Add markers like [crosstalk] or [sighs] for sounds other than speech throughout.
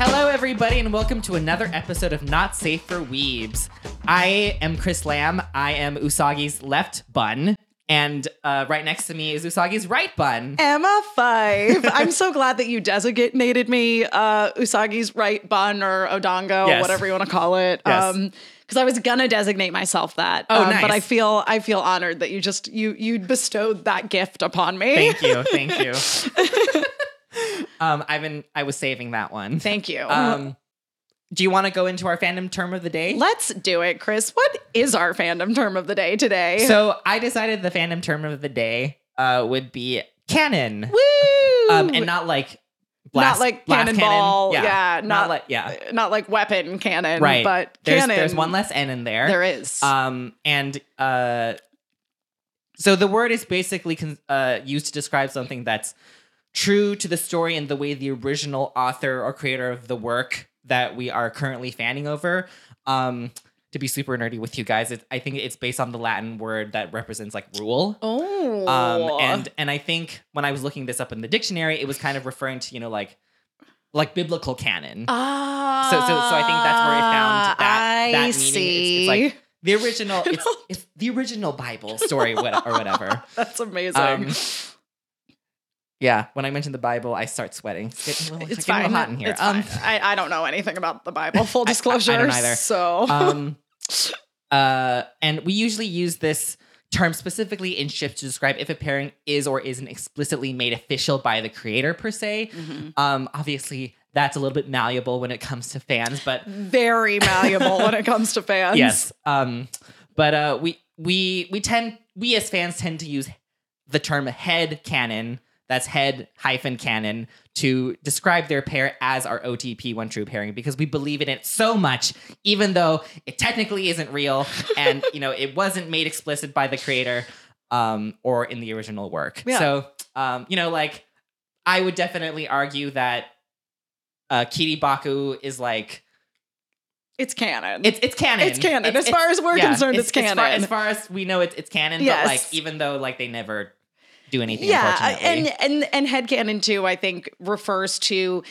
everybody, and welcome to another episode of Not Safe for Weebs. I am Chris Lamb. I am Usagi's left bun, and uh, right next to me is Usagi's right bun. Emma Five. I'm so glad that you designated me uh, Usagi's right bun or Odongo, Yes. or whatever you want to call it. Yes. because I was gonna designate myself that. um, Oh, But nice. I feel I feel honored that you just you you bestowed that gift upon me. Thank you, thank [laughs] you. um, I've been. I was saving that one. Thank you. Um, do you want to go into our fandom term of the day? Let's do it, Chris. What is our fandom term of the day today? So I decided the fandom term of the day uh, would be canon, Woo! um, and not like blast, Not like blast cannon. cannonball. Yeah, not, not- like yeah, not like weapon cannon, right. but there's cannon. there's one less n in there. There is. Um, and uh, so the word is basically con- uh, used to describe something that's true to the story and the way the original author or creator of the work that we are currently fanning over. Um, to be super nerdy with you guys, it, I think it's based on the Latin word that represents like rule. oh. Um, and and I think when I was looking this up in the dictionary, it was kind of referring to you know like like biblical canon. Ah. so so so I think that's where it found that that meaning. I see. It's, it's like the original. It's, it's the original Bible story what, or [laughs] whatever. [laughs] that's amazing. Um, yeah, when I mention the Bible, I start sweating. It's getting a little, it's it's getting a fine. little hot in here. It's fine. I, I don't know anything about the Bible. [laughs] Full I- I don't disclosure. either. So um, uh, and we usually use this term specifically in shift to describe if a pairing is or isn't explicitly made official by the creator per se. Um, obviously, that's a little bit malleable when it comes to fans, but very malleable when it comes [laughs] to fans. yes, um, but uh, we we we tend we as fans tend to use the term head canon. That's head hyphen canon to describe their pair as our OTP one true pairing because we believe in it so much, even though it technically isn't [laughs] real and you know it wasn't made explicit by the creator um, or in the original work. Yeah. So um, you know, like I would definitely argue that uh, Kiribaku is like It's canon. it's it's canon. It's canon. As far as we're concerned, it's as far- canon. As far, as we know, it's it's canon. Yes. But like, even though like they never do anything. yeah, I- unfortunately. and and and headcanon too. I think refers to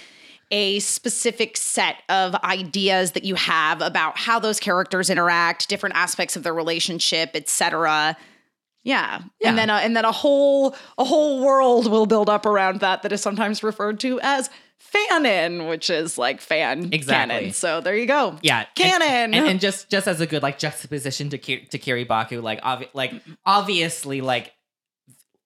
a specific set of ideas that you have about how those characters interact, different aspects of their relationship, etc. Yeah. Yeah. and then a, and then a whole a whole world will build up around that that is sometimes referred to as fanon, which is like fan Exactly. canon. So there you go. yeah, and- canon. And, and, just just as a good like juxtaposition to Ki- to Kiribaku, like obvi- like obviously like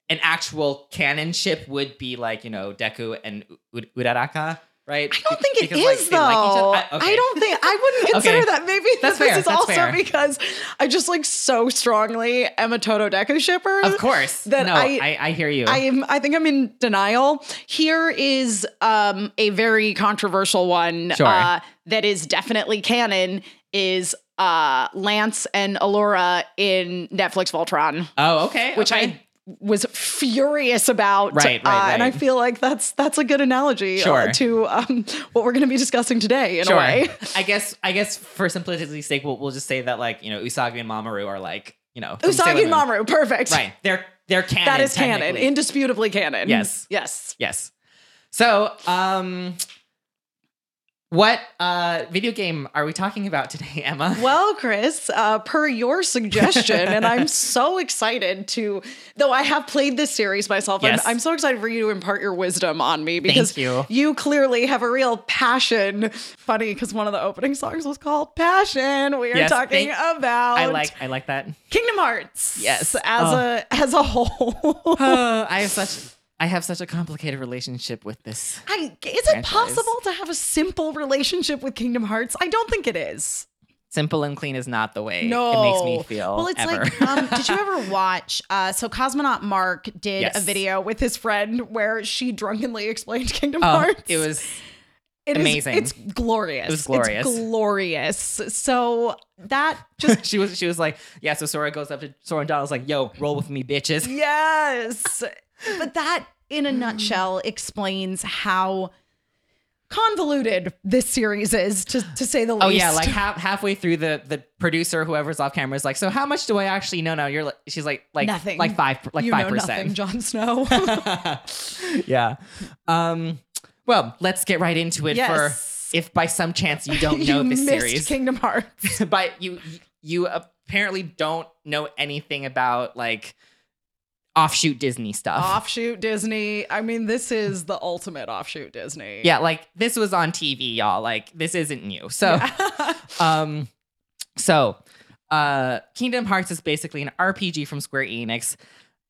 an actual canon ship would be like you know Deku and U- U- Uraraka, right? I don't think it is they though. each other. I, don't think I wouldn't [laughs] consider Okay. that. Maybe That's this fair. is That's also fair. because I just like so strongly am a Toto Deku shipper. Of course, That no, I- I, I hear you. I am I think I'm in denial. Here is um a very controversial one Sure. uh that is definitely canon is uh Lance and Allura in Netflix Voltron, oh, okay, which okay. I was furious about. Right, right, uh, And I right. feel like that's that's a good analogy uh, Sure. to um what we're gonna be discussing today in a way. [laughs] I guess I guess for simplicity's sake, we'll, we'll just say that like you know Usagi and Mamoru are like you know from Sailor Usagi and Moon. Mamoru, perfect. Right, they're they're canon. That is canon, technically. indisputably canon. Yes. Yes. yes. So, um, what uh video game are we talking about today, [laughs] Emma? Well, Chris, uh, per your suggestion, [laughs] and I'm so excited to, though I have played this series myself, I'm- Yes. I'm, so excited for you to impart your wisdom on me because you. clearly have a real passion. Funny, because one of the opening songs was called Passion. We are Yes, talking thank- about I like I like [laughs] that. Kingdom Hearts. Yes. As, Oh. a, as a whole. [laughs] Oh, I have such I have such a complicated relationship with this. I, is it Franchise. possible to have a simple relationship with Kingdom Hearts? I don't think it is. Simple and clean is not the way No, it makes me feel. Well, it's ever. like, um, did you ever watch? Uh, so Cosmonaut Mark did Yes. a video with his friend where she drunkenly explained [laughs] Kingdom [laughs] oh, Hearts. it was It is- amazing. it's glorious. It was glorious. It's glorious. So that [laughs] just she was she was like, yeah, so Sora goes up to Sora and Donald's like, yo, roll with me, bitches. yes, but that in a nutshell explains how convoluted this series is, to to say the least. Oh yeah, like half halfway through the the producer, whoever's off camera, is like, so how much do I actually know now? You're like, she's like, like Nothing. like five, like you five know nothing, percent. Jon Snow. [laughs] yeah. Um. Well, let's get right into it Yes. Yes. If by some chance [laughs] you [laughs] don't know [laughs] you this missed series, Kingdom Hearts. [laughs] but you you apparently don't know anything about like offshoot Disney stuff. offshoot Disney. I mean, this is the ultimate offshoot Disney. yeah, like this was on TV, y'all. Like this isn't new. So [laughs] um so uh Kingdom Hearts is basically an RPG from Square Enix.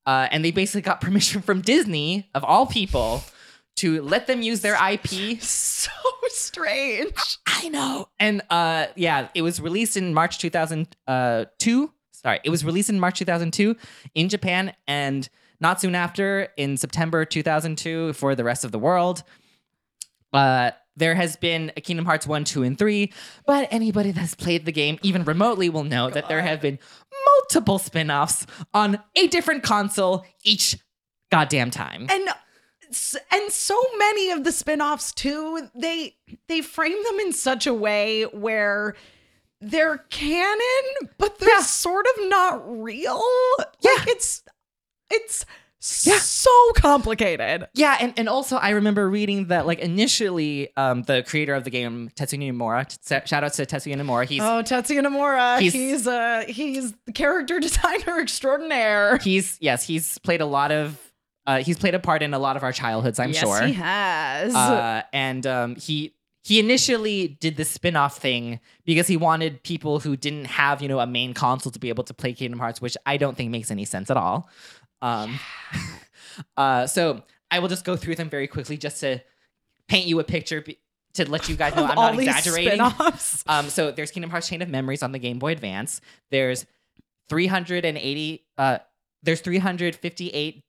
Uh, and they basically got [laughs] permission from Disney, of all people, to let them use their IP. [laughs] so strange. I know. And uh, yeah, it was released in March 2002. Sorry, it was released in March 2002 in Japan and not soon after in September 2002 for the rest of the world. Uh, there has been a Kingdom Hearts 1, 2, and 3, but anybody that's played the game even remotely will know that there have been multiple spin offs on a different console each goddamn time. And s- and so many of the spin-offs too, they they frame them in such a way where they're canon, but they're sort of not real. Yeah. Like it's it's Yeah. so complicated. Yeah, and, and also I remember reading that like initially um, the creator of the game Tetsuya Nomura, t- shout out to Tetsuya Nomura, he's Oh, Tetsuya Nomura, He's- he's, uh he's the character [laughs] designer extraordinaire. he's yes he's played a lot of uh, he's played a part in a lot of our childhoods I'm yes, sure, he has. uh, and um, he he initially did the spin-off thing because he wanted people who didn't have you know a main console to be able to play Kingdom Hearts, which I don't think makes any sense at all. Um, [laughs] uh, so I will just go through them very quickly just to paint you a picture. Be- to let you guys know, Of I'm all not these exaggerating. spin-offs. Um, so there's Kingdom Hearts Chain of Memories on the Game Boy Advance. There's 380. Uh, there's 358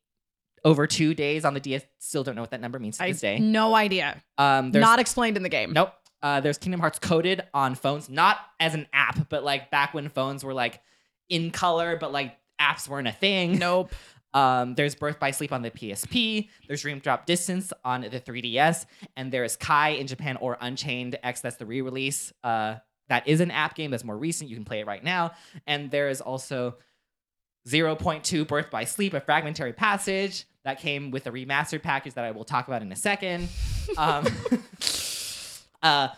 over two days on the DS. Still don't know what that number means to I this day. no idea. Um, there's Not explained in the game. nope. Uh, there's Kingdom Hearts coded on phones, not as an app, but like back when phones were like in color, but like apps weren't a thing. Nope. [laughs] Um, there's Birth by Sleep on the PSP. There's Dream Drop Distance on the 3DS, and there is Kai in Japan or Unchained X. That's the re-release. Uh, that is an app game that's more recent. You can play it right now. And there is also 0.2 Birth by Sleep, a fragmentary passage that came with a remastered package that I will talk about in a second. Um, [laughs] uh,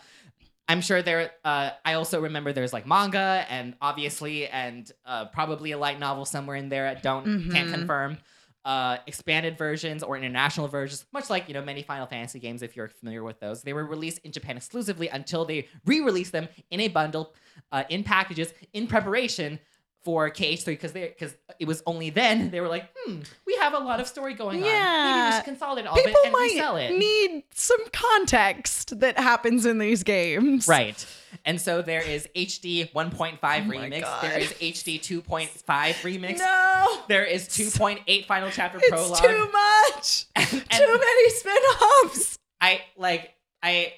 I'm sure there. Uh, I also remember there's like manga and obviously and uh, probably a light novel somewhere in there. I don't can't Mhm. confirm. Uh, expanded versions or international versions, much like you know many Final Fantasy games. If you're familiar with those, they were released in Japan exclusively until they re-released them in a bundle, uh, in packages, in preparation for KH3 because they because it was only then they were like, hmm, we have a lot of story going on. Maybe we Yeah. should consolidate all of People it and resell might it. need some context that happens in these games. Right. And so there is HD 1.5 remix. Oh God. There is HD 2.5 remix. No. There is 2.8 final chapter It's prologue. too much. [laughs] And too many spin-offs. I like I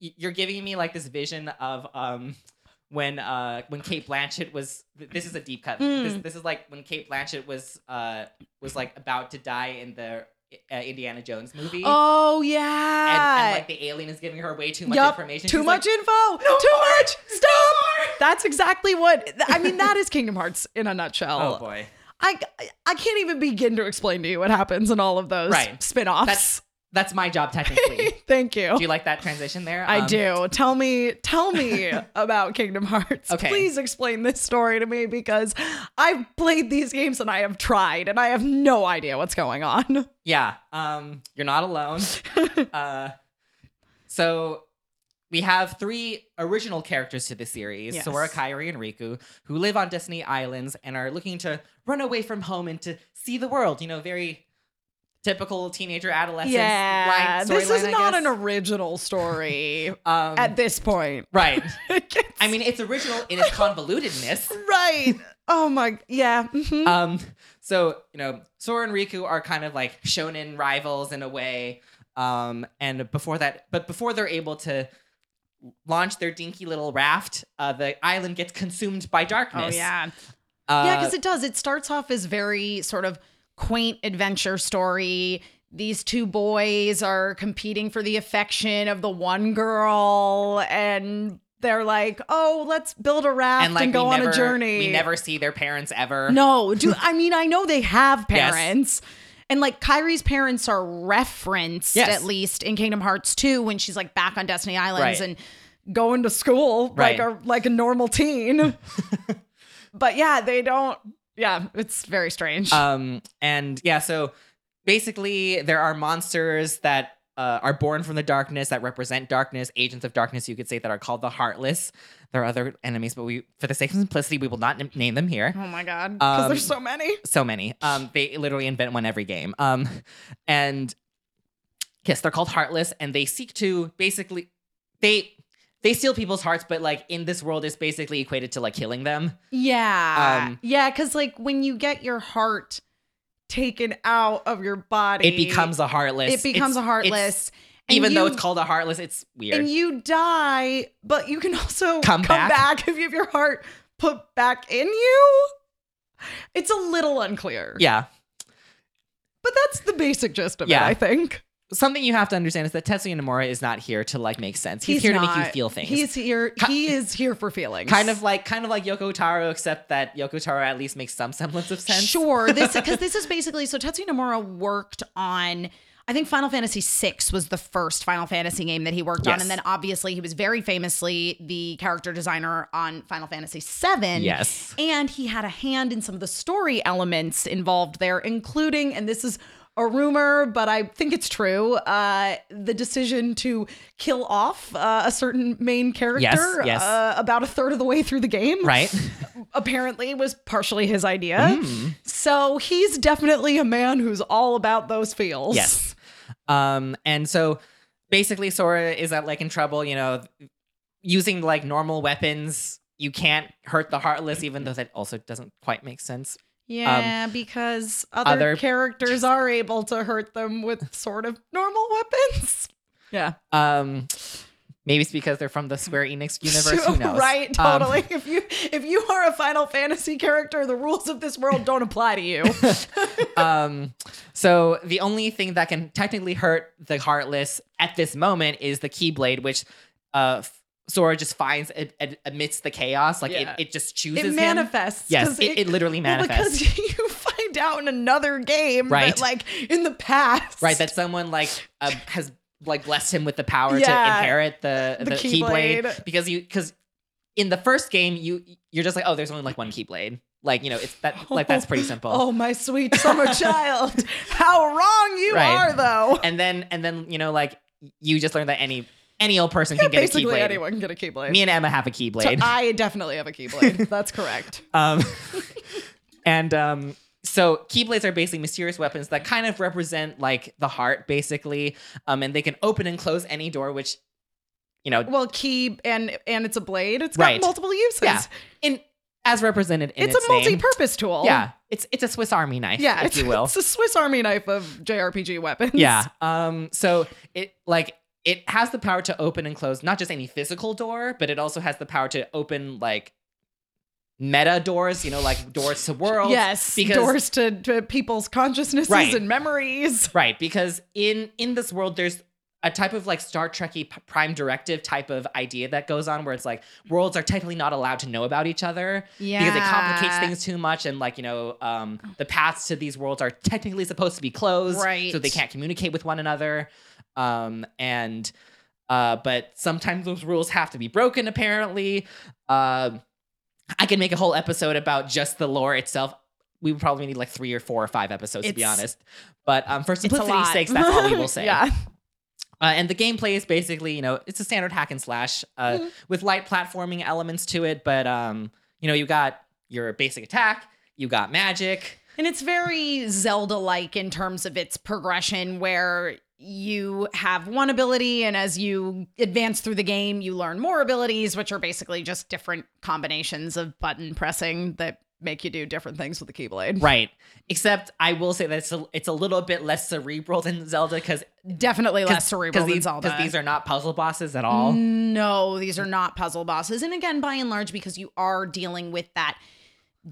y- you're giving me like this vision of um when uh when Kate Blanchett was th- this is a deep cut. Mm. This this is like when Kate Blanchett was uh was like about to die in the uh, Indiana Jones movie. Oh And, yeah. and like the alien is giving her way too much Yup. information. Too She's like, much info. too much. Stop. That's exactly what I mean. [laughs] That is Kingdom Hearts in a nutshell. Oh boy. I I can't even begin to explain to you what happens in all of those Right. spin-offs. That's that's my job technically. [laughs] Thank you. do you like that transition there? I Um, do. Tell me, tell [laughs] me about Kingdom Hearts. Okay. Please explain this story to me because I've played these games and I have tried and I have no idea what's going on. Yeah. Um, you're not alone. [laughs] uh, so we have three original characters to the series, Yes. Sora, Kairi, and Riku, who live on Destiny Islands and are looking to run away from home and to see the world. You know, very typical teenager adolescence. yeah, line, this storyline, is I not guess. an original story [laughs] Um, at this point. [laughs] right. It's- I mean, it's original in its [laughs] convolutedness. [laughs] right? Oh my, yeah. mhm. Um, so you know, Sora and Riku are kind of like shonen rivals in a way. Um, and before that, but before they're able to launch their dinky little raft, uh, the island gets consumed by darkness. uh, Oh, yeah, because it does. It starts off as very sort of quaint adventure story. These two boys are competing for the affection of the one girl, and they're like, "Oh, let's build a raft and, and like go we on never, a journey." [laughs] we never see their parents ever. No, do I mean I know they have Yes. parents, And like Kyrie's parents are referenced Yes. at least in Kingdom Hearts 2 when she's like back on Destiny Islands Right. and going to school Right. like a like a [laughs] normal teen. but yeah, they don't yeah, it's very strange. Um, and yeah, so basically, there are monsters that uh, are born from the darkness that represent darkness, agents of darkness, you could say, that are called the Heartless. There are other enemies, but we, for the sake of simplicity, we will not n- name them here. oh my god. Because um, there's so many. So many. Um, they literally invent one every game. Um, and yes, they're called Heartless, and they seek to basically they they steal people's hearts, but like in this world, it's basically equated to like killing them. Yeah. Um, yeah, because like when you get your heart taken out of your body, It becomes a Heartless. it It's- becomes a it's- heartless. and even though you- it's called a Heartless, it's weird. and you die, but you can also Come come, back. back. if you have your heart put back in you. It's a little unclear. Yeah. But that's the basic gist of Yeah. it, I think. Something you have to understand is that Tetsuya Nomura is not here to like make sense. He's, here to make you not- feel things. He's here he is here for feelings. kind of like kind of like Yoko Taro, except that Yoko Taro at least makes some [laughs] semblance of sense. [laughs] Sure. This because this is basically so Tetsuya Nomura worked on I think Final Fantasy VI was the first Final Fantasy game that he worked on. Yes. And then obviously he was very famously the character designer on Final Fantasy VII. Yes. And he had a hand in some of the story elements involved there, including, and this is a rumor, but I think it's true, uh, the decision to kill off uh, a certain main character yes. Uh, about a third of the way through the game Right? apparently was partially his idea. Mm. So he's definitely a man who's all about those feels. yes. Um, and so basically Sora is at like in trouble, you know, using like normal weapons. You can't hurt the heartless, even though that also doesn't quite make sense. Yeah, because other, Um, other- characters are able to hurt them with sort of normal weapons. [laughs] Yeah. Um, maybe it's because they're from the Square [laughs] Enix universe. Who knows? right, Um, totally. [laughs] if you if you are a Final Fantasy character, the rules of this world don't apply [laughs] to you. Um, so the only thing that can technically hurt the heartless at this moment is the keyblade, which uh, F- Sora just finds a- a- amidst the chaos. Like Yeah. it, it just chooses it him. manifests. Yes, 'cause it, it literally well, manifests. [laughs] because you find out in another game Right. that like in the past. right, that someone like uh, has like blessed him with the power to Yeah. inherit the the, The keyblade. Keyblade. because you because in the first game you you're just like oh there's only like one keyblade like you know it's that like that's [laughs] pretty simple. Oh, my [laughs] sweet summer child. How wrong you Right. are, though. And then and then you know like you just learn that any any old person can get a Basically, keyblade. anyone can get a Keyblade. Me and Emma have a So uh, keyblade. I definitely have [laughs] a Keyblade. That's correct. [laughs] Um, and um, so keyblades are basically mysterious weapons that kind of represent like the heart, basically. Um, and they can open and close any door, which, you know, Well, key and and it's a blade. It's Right. got multiple uses. yeah, in as represented in It's, its, a name. multi-purpose tool. Yeah, it's it's a Swiss Army knife, Yeah. if it's, you [laughs] will. It's a Swiss Army knife of JRPG weapons. Yeah. Um. So it like it has the power to open and close not just any physical door, but it also has the power to open like meta doors. You know, like doors to worlds. Yes. Because doors to, to people's consciousnesses Right. and memories. Right, because in in this world, there's a type of like Star Trekky p- Prime Directive type of idea that goes on, where it's like worlds are technically not allowed to know about each other Yeah. because it complicates things too much, and like you know, um, the paths to these worlds are technically supposed to be closed, Right. So they can't communicate with one another, um, and uh, but sometimes those rules have to be broken. Apparently, um, I could make a whole episode about just the lore itself. We would probably need like three or four or five episodes to be It's- honest. But um, for It's a simplicity's lot. sake, that's all [laughs] we will say. yeah. Uh, and the gameplay is basically, you know, it's a standard hack and slash uh, Mm-hmm. with light platforming elements to it. But um, you know, you got your basic attack, you got magic. And it's very Zelda like in terms of its progression, where you have one ability, and as you advance through the game, you learn more abilities, which are basically just different combinations of button pressing that make you do different things with the Keyblade. Right. Except I will say that it's a, it's a little bit less cerebral than Zelda because Definitely less cerebral than these, Zelda. Mm. 'cause these are not puzzle bosses at all. No, these are not puzzle bosses. And again, by and large, because you are dealing with that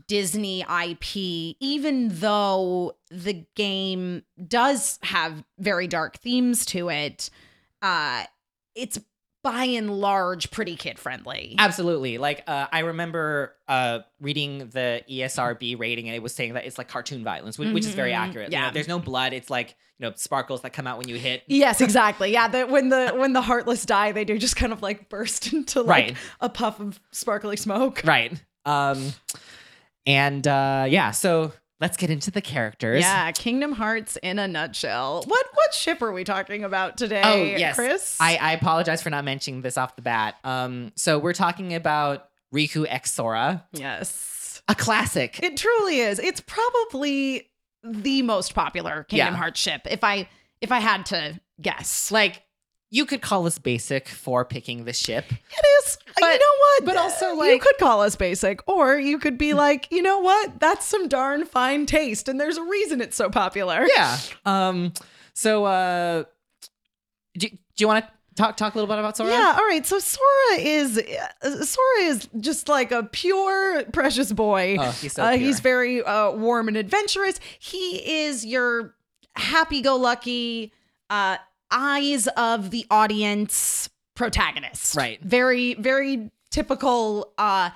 Disney IP, even though the game does have very dark themes to it, uh, it's by and large pretty kid friendly. Absolutely. Like uh, I remember uh, reading the E ESRB rating, and it was saying that it's like cartoon violence, which, which is very Mhm. accurate. You know, Yeah. there's no blood. It's like you know sparkles that come out when you hit. Yes, exactly. Yeah, the, when the when the heartless die, they do just kind of like burst [laughs] into like Right. a puff of sparkly smoke. Right. Um. And uh, yeah, so let's get into the characters. Yeah, Kingdom Hearts in a nutshell. What what ship are we talking about today, Oh yes, Chris? I, I apologize for not mentioning this off the bat. Um. So we're talking about Riku X Sora, yes, a classic. it truly is. It's probably the most popular Kingdom Yeah. Hearts ship. If I if I had to guess, like you could call us basic for picking the ship. it is. you But- know what? but also, you like- could call us basic, or you could [laughs] be like, you know what? That's some darn fine taste, and there's a reason it's so popular. Yeah. Um. So, uh, do, do you want to talk talk a little bit about Sora? Yeah, all right. So Sora is uh, Sora is just like a pure precious boy. Oh, he's so uh, pure. he's very uh, warm and adventurous. He is your happy-go-lucky uh, eyes of the audience protagonist. Right. Very very typical uh,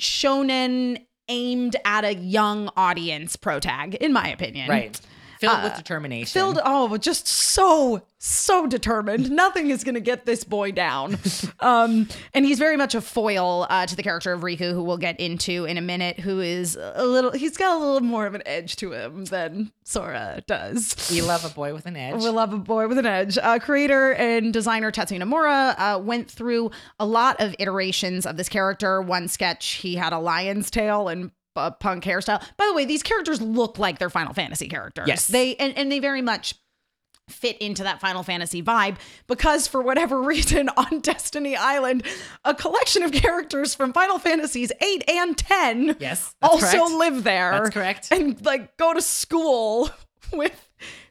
shonen aimed at a young audience protag in my opinion. Right. Filled with Uh, determination. Filled, oh, just so, so determined. Nothing is going to get this boy down. um, and he's very much a foil uh, to the character of Riku, who we'll get into in a minute, who is a little, he's got a little more of an edge to him than Sora does. We love a boy with [laughs] an edge. We love a boy with an edge. Uh, creator and designer Tatsuya Nomura uh, went through a lot of iterations of this character. One sketch, he had a lion's tail and a punk hairstyle. By the way, these characters look like their Final Fantasy characters. Yes. they and, and they very much fit into that Final Fantasy vibe because for whatever [laughs] reason on Destiny Island, a collection of characters from Final Fantasies 8 and 10 yes. That's also correct. live there That's correct. and like go to school [laughs] with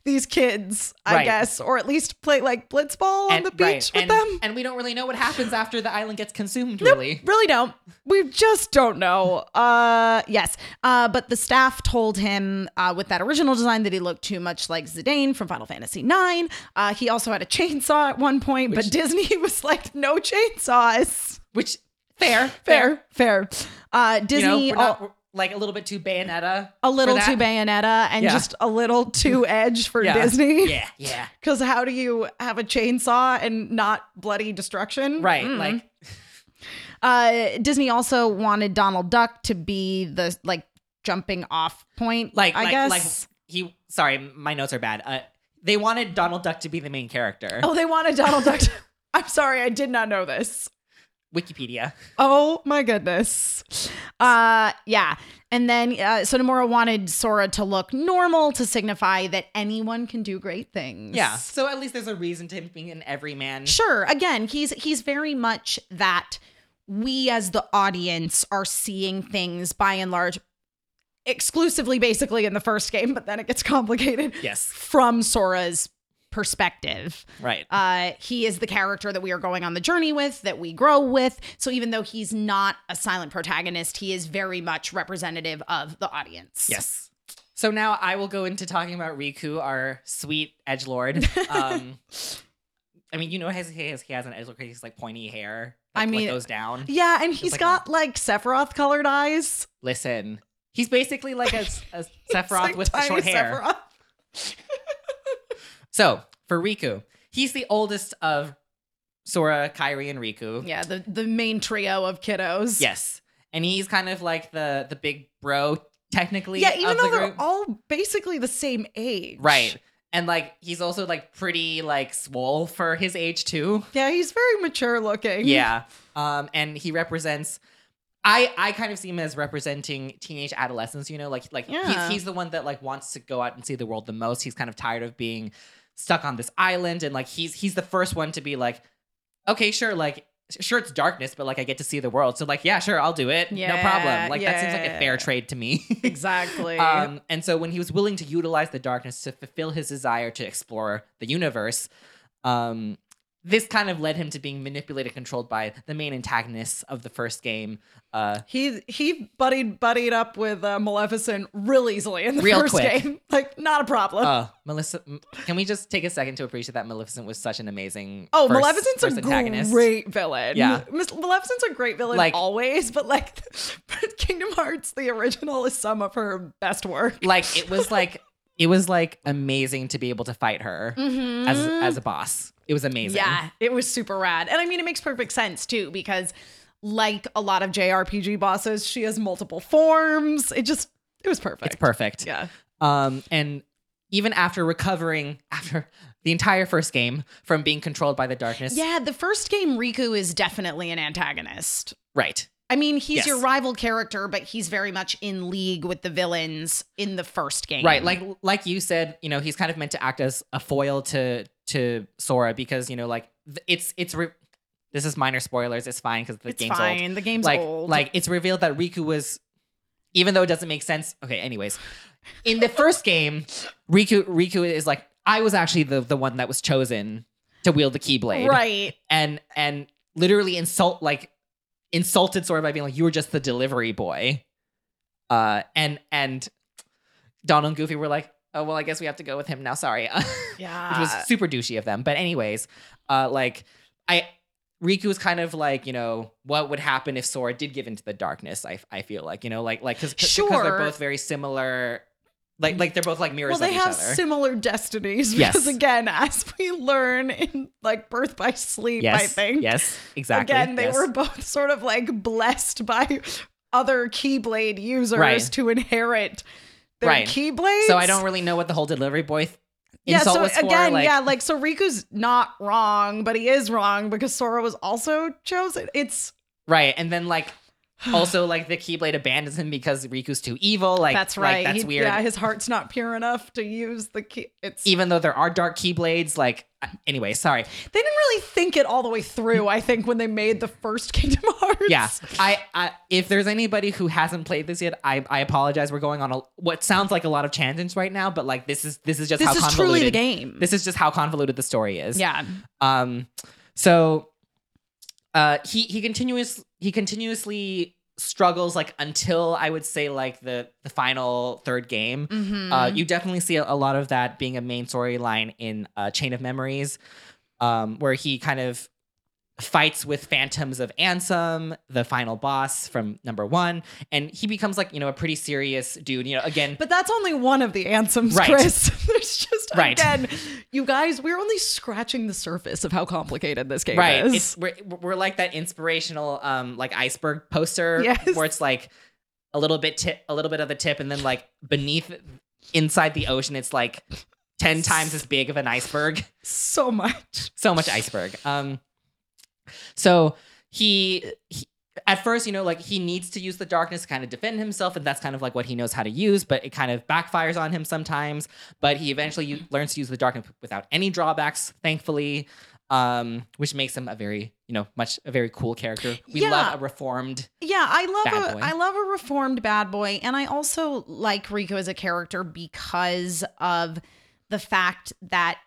these kids, I Right. guess, or at least play like blitzball on the beach right, with and, them. And we don't really know what happens after the island gets consumed, really. Really don't. We just don't know. Uh yes. Uh but the staff told him uh with that original design that he looked too much like Zidane from Final Fantasy IX. Uh he also had a chainsaw at one point, but Disney [laughs] was like, no chainsaws. Which, fair. Fair, fair. Uh You know, Disney we're al- not, we're, like a little bit too Bayonetta. a little for that. too Bayonetta and Yeah. just a little [laughs] too edge for Yeah. Disney. [laughs] Yeah, yeah. Because how do you have a chainsaw and not bloody destruction? Right. Mm. Like, uh, Disney also wanted Donald Duck to be the like jumping off point. like, I like, guess. like, he, sorry, my notes are bad. Uh, they wanted Donald Duck to be the main character. oh, they wanted Donald Duck. To- [laughs] I'm sorry, I did not know this. Wikipedia. Oh my goodness. Uh yeah. And then uh so Nomura wanted Sora to look normal to signify that anyone can do great things. Yeah. So at least there's a reason to him being an everyman. sure again he's he's very much that we as the audience are seeing things by and large exclusively basically in the first game but then it gets [laughs] complicated Yes. from sora's perspective Right. uh he is the character that we are going on the journey with that we grow with so even though he's not a silent protagonist he is very much representative of the audience Yes. So now I will go into talking about Riku, our sweet edge [laughs] lord. Um, I mean, you know, his, he has he has an edge lord. He's like pointy hair. I Like, like, mean- goes down. yeah and he's like got like sephiroth colored eyes Listen, he's basically like a, [laughs] a Sephiroth It's like with the tiny short hair. Sephiroth. So for Riku, he's the oldest of Sora, Kairi, and Riku. Yeah, the the main trio of kiddos. Yes, and he's kind of like the the big bro technically. Yeah, even of though the they're group. all basically the same age. right. And like he's also like pretty like swole for his age too. Yeah, he's very mature looking. Yeah. Um, and he represents. I I kind of see him as representing teenage adolescence. You know, like like Yeah. he's he's the one that like wants to go out and see the world the most. He's kind of tired of being stuck on this island, and like he's he's the first one to be like, okay, sure, like sure it's darkness, but like I get to see the world. So like yeah, sure, I'll do it. no Yeah, problem. Like that seems like a yeah. fair trade to me. [laughs] [laughs] Exactly. Um, and so when he was willing to utilize the darkness to fulfill his desire to explore the universe, um, this kind of led him to being manipulated, controlled by the main antagonists of the first game. Uh, He he buddied buddied up with uh, Maleficent real easily in the Real first quick. game. [laughs] Like not a problem. uh, Melissa, m- can we just take a second to appreciate that Maleficent was such an amazing oh, first- Maleficent's first a antagonist. great villain. Yeah. Mis- Maleficent's a great villain Like- always, but like [laughs] Kingdom Hearts the original is some of her best work. Like it was [laughs] like it was like amazing to be able to fight her as as a boss. It was amazing. Mm-hmm. Yeah, it was super rad. And I mean, it makes perfect sense too, because like a lot of JRPG bosses, she has multiple forms. It just, it was perfect. It's perfect. Yeah. Um, and even after recovering [laughs] after the entire first game from being controlled by the darkness, Yeah, the first game, Riku is definitely an antagonist. right? I mean, he's Yes. your rival character, but he's very much in league with the villains in the first game. Right, like like you said, you know, he's kind of meant to act as a foil to to Sora because you know, like th- it's it's re- this is minor spoilers. It's fine because the it's game's fine. old. The game's like old. like it's revealed that Riku was, even though it doesn't make sense. Okay, anyways, in the first game, Riku Riku is like I was actually the the one that was chosen to wield the Keyblade, [laughs] right. And and literally insult like insulted Sora by being like you were just the delivery boy, uh, and and Donald and Goofy were like. Oh well, I guess we have to go with him now. Sorry. [laughs] Yeah. which Ah. was super douchey of them. But anyways, uh, like I, Riku was kind of like you know what would happen if Sora did give into the darkness. I I feel like you know like like because because Sure. they're both very similar. Like like they're both like mirrors well, they of each have other. similar destinies [laughs] Yes. because, again, as we learn in like Birth by Sleep, yes, I think, yes, exactly. Again, they yes. were both sort of like blessed by other Keyblade users Right. to inherit their Right. Keyblades. So I don't really know what the whole delivery boy th- Yeah, insult so was for. again, like, yeah, like so Riku's not wrong, but he is wrong because Sora was also chosen. It's Right, and then like [sighs] [sighs] also like the Keyblade abandons him because Riku's too evil. Like that's like, right. that's He- weird. E Yeah, his heart's not pure enough to use the key. It's Even though there are dark Keyblades, like I- anyway, sorry. they didn't really think it all the way through. I think when they made the first [laughs] Kingdom Hearts. yeah I, I if there's anybody who hasn't played this yet i i apologize we're going on a what sounds like a lot of tangents right now but like this is this is just this how is convoluted truly the game. this is just how convoluted the story is yeah, um so uh he he continuous he continuously struggles like until i would say like the the final third game uh, you definitely see a, a lot of that being a main storyline in uh, Chain of Memories, um, where he kind of fights with phantoms of Ansem, the final boss from number one, and he becomes like you know a pretty serious dude. You know, again, But that's only one of the anthems, Right. Chris. [laughs] There's just Right. again, you guys, we're only scratching the surface of how complicated this game right? is. [laughs] It's we're, we're like that inspirational um like iceberg poster Yes. where it's like a little bit tip, a little bit of the tip, and then like beneath inside the ocean, it's like ten times as big of an iceberg. so much. so much iceberg. Um, so he, he at first, you know, like he needs to use the darkness to kind of defend himself, and that's kind of like what he knows how to use. But it kind of backfires on him sometimes. But he eventually u- learns to use the darkness without any drawbacks, thankfully, um, which makes him a very, you know, much a very cool character. We Yeah. love a reformed. Yeah, I love Bad a boy. I love a reformed bad boy, and I also like Rico as a character because of the fact that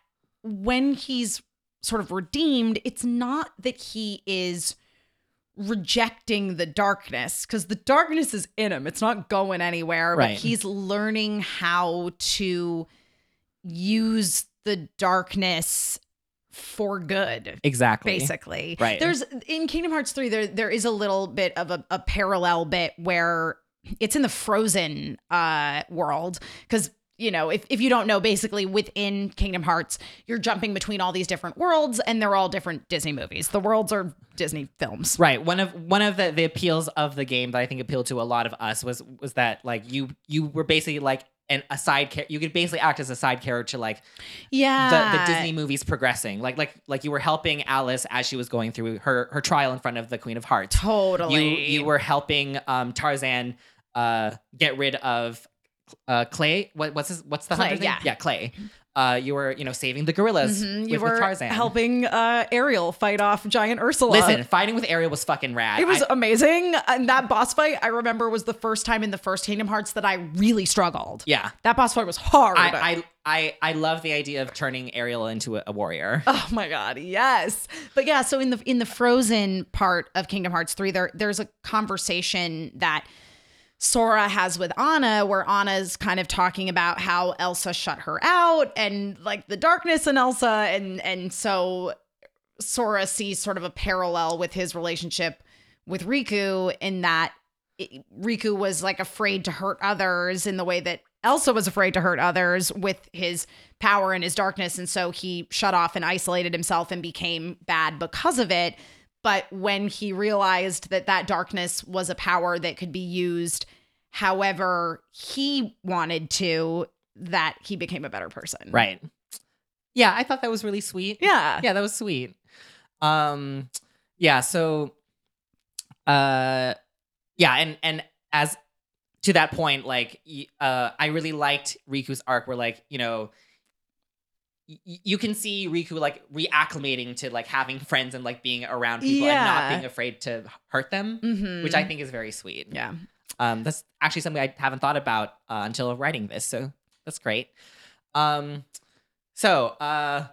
when he's sort of redeemed, it's not that he is rejecting the darkness because the darkness is in him. It's not going anywhere, Right. but he's learning how to use the darkness for good Exactly. basically. Right. There's in Kingdom Hearts 3 there there is a little bit of a, a parallel bit where it's in the frozen uh world cuz you know, if, if you don't know, basically within Kingdom Hearts, you're jumping between all these different worlds and they're all different Disney movies. The worlds are Disney films. Right. One of one of the, the appeals of the game that I think appealed to a lot of us was was that like you you were basically like an a side character. You could basically act as a side character to, like the, the Yeah. Disney movies progressing. Like like like you were helping Alice as she was going through her her trial in front of the Queen of Hearts. You Totally. you were helping um Tarzan uh get rid of uh Clay. What what's his what's the Clay, hunter's name? yeah. Mm-hmm. Yeah, Clay. Uh, you were, you know, saving the gorillas Mhm, with, you with were Tarzan. helping uh, Ariel fight off giant Ursula. Listen, fighting with Ariel was fucking rad. It was I- amazing. And that boss fight, I remember, was the first time in the first Kingdom Hearts that I really struggled. yeah. That boss fight was hard. I, I I I love the idea of turning Ariel into a, a warrior. Oh my god, yes. But yeah, so in the in the frozen part of Kingdom Hearts 3 there there's a conversation that Sora has with Anna where Anna's kind of talking about how Elsa shut her out and like the darkness in Elsa and and so Sora sees sort of a parallel with his relationship with Riku in that it- Riku was like afraid to hurt others in the way that Elsa was afraid to hurt others with his power and his darkness. And so he shut off and isolated himself and became bad because of it. But when he realized that that darkness was a power that could be used however he wanted to, that he became a better [laughs] person. Right. Yeah, I thought that was really sweet. Yeah. Yeah, that was sweet. Um yeah, so uh yeah, and and as to that point like y- uh I really liked Riku's arc where like, you know, y- y- you can see Riku like reacclimating to like having friends and like being around people and not Yeah. being afraid to hurt them, Mhm. which I think is very sweet. yeah. Um, that's actually something I haven't thought about uh, until writing this, so that's great. Um, so, uh,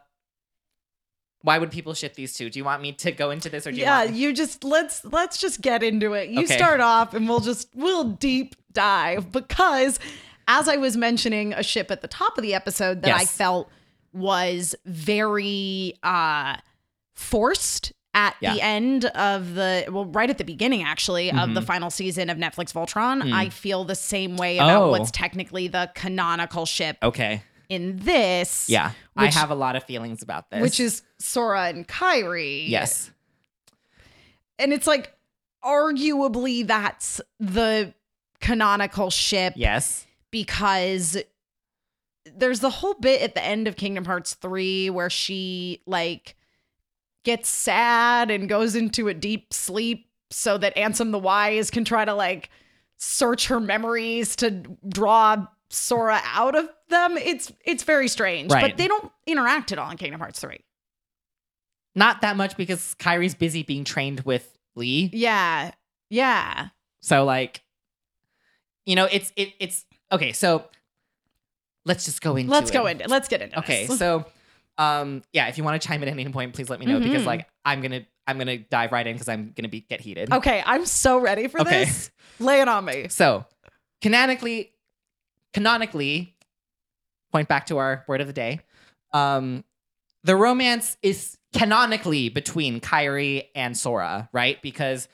why would people ship these two? Do you want me to go into this, or do you? yeah want... you just let's let's just get into it you Okay. start off and we'll just we'll deep dive because as i was mentioning a ship at the top of the episode that i Yes. felt was very uh forced at Yeah. the end of the well right at the beginning actually of the Mm-hmm. final season of netflix voltron i feel the same way about Hmm. Oh. what's technically the canonical ship Okay. in this Yeah, I Which- have a lot of feelings about this. which is sora and kairi yes, and it's like arguably that's the canonical ship yes, because there's the whole bit at the end of Kingdom Hearts 3 where she like gets sad and goes into a deep sleep so that Ansem the Wise can try to like search her memories to draw Sora out of them. It's it's very strange, Right. but they don't interact at all in Kingdom Hearts 3. not that much because Kyrie's busy being trained with Lee. Yeah. Yeah. So like, you know, it's it it's okay. So let's just go into Let's it. go into let's get into Okay, this. so um yeah, if you want to chime in at any point, please let me know because Mhm. like I'm gonna I'm gonna dive right in because I'm gonna be get heated. Okay, I'm so ready Oh, for Okay. this. Lay it on me. So canonically canonically, point back to our word of the day. Um the romance is canonically between Kyrie and Sora, right? Because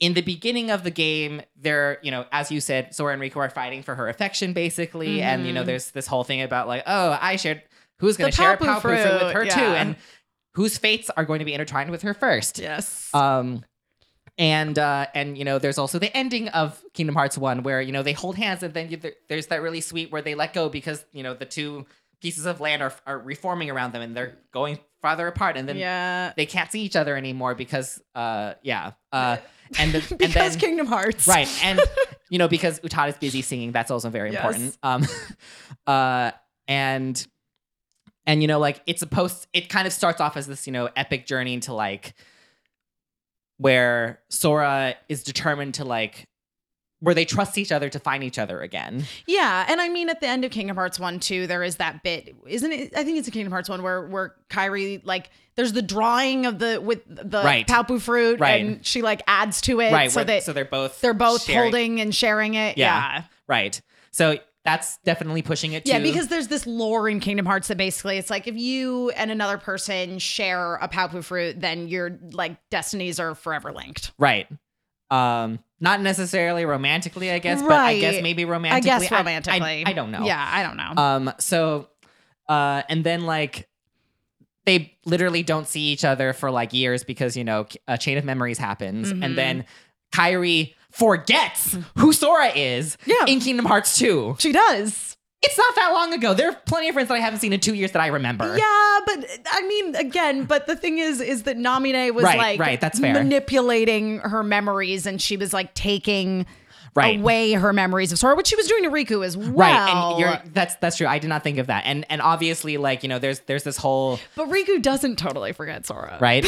in the beginning of the game, they're, you know, as you said, Sora and Riku are fighting for her affection basically. And, you know, Mhm. there's this whole thing about like, oh, I shared, who's going The to share a Palpu Palpu fruit with fruit, her too? yeah. And whose fates are going to be intertwined with her first? Yes. Um, and uh, and you know, there's also the ending of Kingdom Hearts One where you know they hold hands, and then you, there, there's that really sweet where they let go because you know the two pieces of land are are reforming around them, and they're going farther apart, and then yeah. they can't see each other anymore because uh, yeah, [laughs] uh, and the, and Because then, Kingdom [laughs] Hearts. right and you know because utada's busy singing that's also very Yes. important um [laughs] uh and and you know like it's supposed it kind of starts off as this you know epic journey to like where sora is determined to like where they trust each other to find each other again Yeah. And I mean at the end of Kingdom Hearts 1 too, there is that bit, isn't it? I think it's a Kingdom Hearts 1 where where Kyrie like there's the drawing of the with the Right. Palpu fruit Right. and she like adds to it right so where- that so they're both they're both sharing- holding and sharing it. Yeah. Yeah. right so that's definitely pushing it Yeah, to- because there's this lore in Kingdom Hearts that basically it's like if you and another person share a Palpu fruit, then your like destinies are forever linked. Right. Um, not necessarily romantically, I guess, but I guess Right. maybe romantically. I guess romantically. I, don't know. Yeah, I don't know. Um, so uh and then like they literally don't see each other for like years because, you know, a chain of memories happens. Mhm. And then Kyrie forgets who Sora is Yeah. in Kingdom Hearts 2. she does. It's not that long ago. There are plenty of friends that I haven't seen in two years that I remember. Yeah, but I mean, again, but the thing is, is that Namine was Right, like right, that's fair. manipulating her memories and she was like taking Right. away her memories of Sora, which she was doing to Riku as well. Right, and you're that's that's true. I did not think of that, and and obviously, like you know, there's there's this whole but Riku doesn't totally forget Sora. [laughs] right.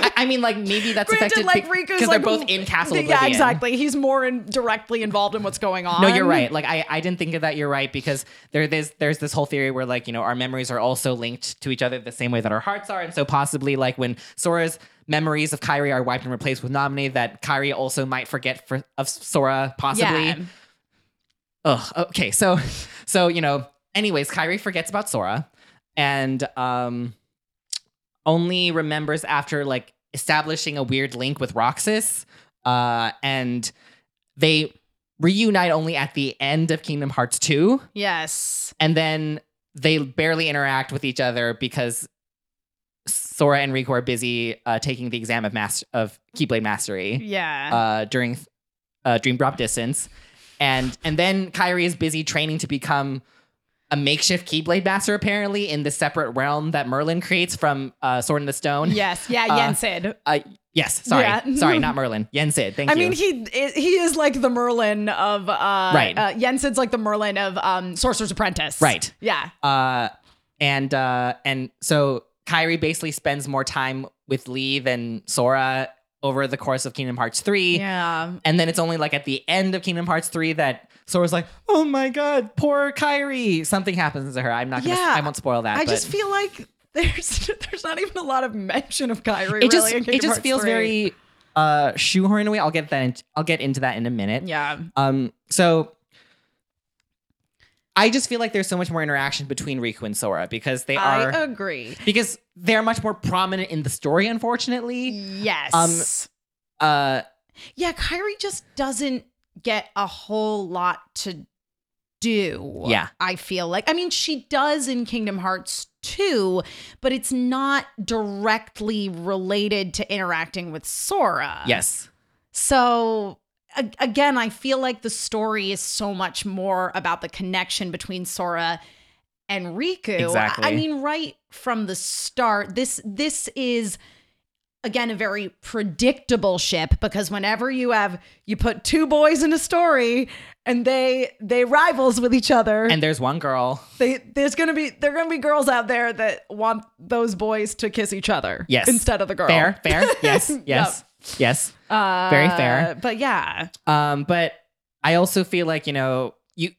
I, I mean, like maybe that's Granted, affected like be- Riku's they're like both in Castle Yeah, Oblivion. exactly. He's more in, directly involved in what's going on. No, you're right. Like I, I didn't think of that. You're right because there there's there's this whole theory where like you know our memories are also linked to each other the same way that our hearts are, and so possibly like when Sora's memories of Kyrie are wiped and replaced with Nominee, that Kyrie also might forget for, of Sora possibly. Yeah. Ugh. Okay. So, [laughs] so you know. Anyways, Kyrie forgets about Sora, and um, only remembers after like establishing a weird link with Roxas. Uh, and they reunite only at the end of Kingdom Hearts two, Yes. and then they barely interact with each other because Sora and Riku are busy uh, taking the exam of mas- of Keyblade Mastery Yeah. uh, during uh, Dream Drop Distance, and and then Kyrie is busy training to become a makeshift Keyblade master, apparently in the separate realm that Merlin creates from uh, Sword in the Stone. Yes. Yeah. Uh, Yen Sid. Uh, yes. Sorry. Yeah. [laughs] sorry. Not Merlin. Yen Sid. Thank I you. mean, he he is like the Merlin of uh, Right. Uh, Yen Sid's like the Merlin of um, Sorcerer's Apprentice. Right. Yeah. uh, and uh, and so Kyrie basically spends more time with Lee than Sora over the course of Kingdom Hearts three. Yeah. And then it's only like at the end of Kingdom Hearts 3 that Sora's like, oh my god, poor Kyrie. Something happens to her. I'm not gonna Yeah. I won't spoil that. I but just feel like there's [laughs] there's not even a lot of mention of Kyrie. it just really, in it Kingdom just Hearts feels 3. very uh shoehorned away. I'll get that in, I'll get into that in a minute. yeah. Um so I just feel like there's so much more interaction between Riku and Sora because they are I agree. because they're much more prominent in the story, unfortunately. Um, Yes. Uh yeah, Kyrie just doesn't get a whole lot to do. Yeah. I feel like. I mean, she does in Kingdom Hearts 2, but it's not directly related to interacting with Sora. yes. So a- again, I feel like the story is so much more about the connection between Sora and Riku. I- I Exactly. mean, right from the start, this this is again a very predictable ship because whenever you have you put two boys in a story and they they rivals with each other And there's one girl. they there's going to be there're going to be girls out there that want those boys to kiss each other Yes. instead of the girl Fair, [laughs] fair. Yes, yes. Yes. Very fair. Uh, but yeah Um, but I also feel like you know you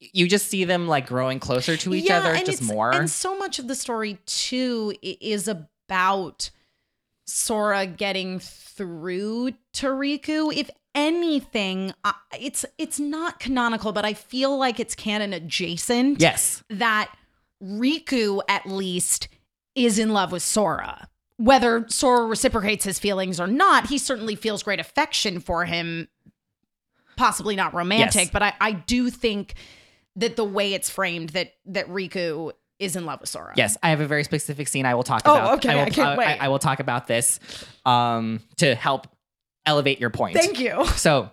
you just see them like growing closer to each other and just it's- more. And so much of the story too i- is about Sora getting through to Riku. If anything, I- it's it's not canonical, but I feel like it's canon adjacent. yes, That Riku at least is in love with Sora. Whether Sora reciprocates his feelings or not, he certainly feels great affection for him. Possibly not romantic, Yes. but I, I do think that the way it's framed that that Riku is in love with Sora. yes. I have a very specific scene I will talk Oh, about. okay, will, uh, I can't wait. I, will talk about this um, to help elevate your point. Thank you. [laughs] So,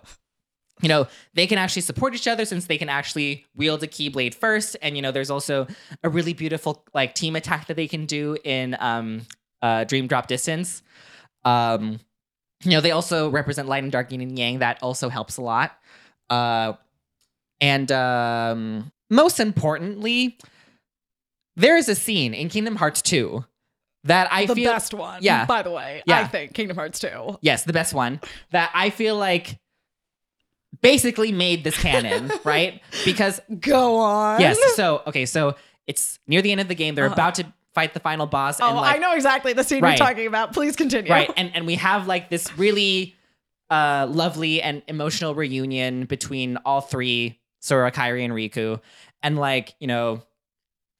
you know, they can actually support each other since they can actually wield a keyblade first. And, you know, there's also a really beautiful like team attack that they can do in um uh Dream Drop Distance. Um, you know, they also represent light and dark yin and yang. That also helps a lot. Uh and um most importantly, there is a scene in Kingdom Hearts 2 that I the feel best one, yeah. by the way. I Yeah. think Kingdom Hearts 2. Yes, the best one that I feel like basically made this [laughs] canon, right? Because Go on. yes, so okay, so it's near the end of the game. They're Uh-huh. about to fight the final boss, [laughs] Oh, and like I know exactly the scene Right. you're talking about. Please continue. right, and and we have like this really uh, lovely and emotional reunion between all three Sora, Kairi, and Riku, and like you know,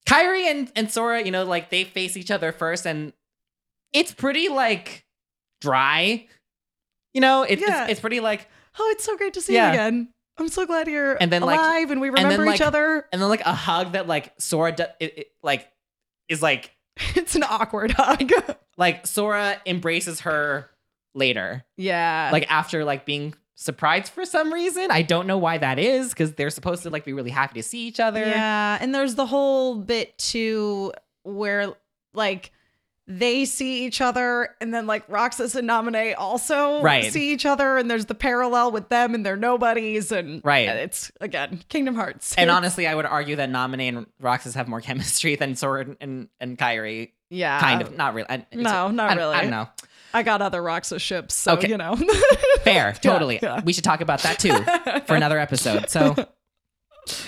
Kairi and and Sora, you know, like they face each other first, and it's pretty like dry. You know, it, Yeah. it's, it's pretty like Oh, it's so great to see Yeah. you again. I'm so glad you're And then, like- alive and we then, remember each like- other. and then like a hug that like Sora do- it, it, like is like It's an awkward hug. like Sora embraces her later, yeah. like after like being surprised for some reason. I don't know why that is because they're supposed to like be really happy to see each other. Yeah, and there's the whole bit too where like they see each other, and then like Roxas and Nominee also Right. see each other, and there's the parallel with them and their nobodies, and Right. and it's again Kingdom Hearts. And honestly, I would argue that Nominee and Roxas have more [laughs] chemistry than Sword and and Kyrie. [laughs] yeah, Kind of, not really. I- it's- Uh, No, not I don't- really. I don't know. I got other Roxas ships, so Okay. you know. Fair, totally. [laughs] yeah. We should talk about that [laughs] too for another episode. So,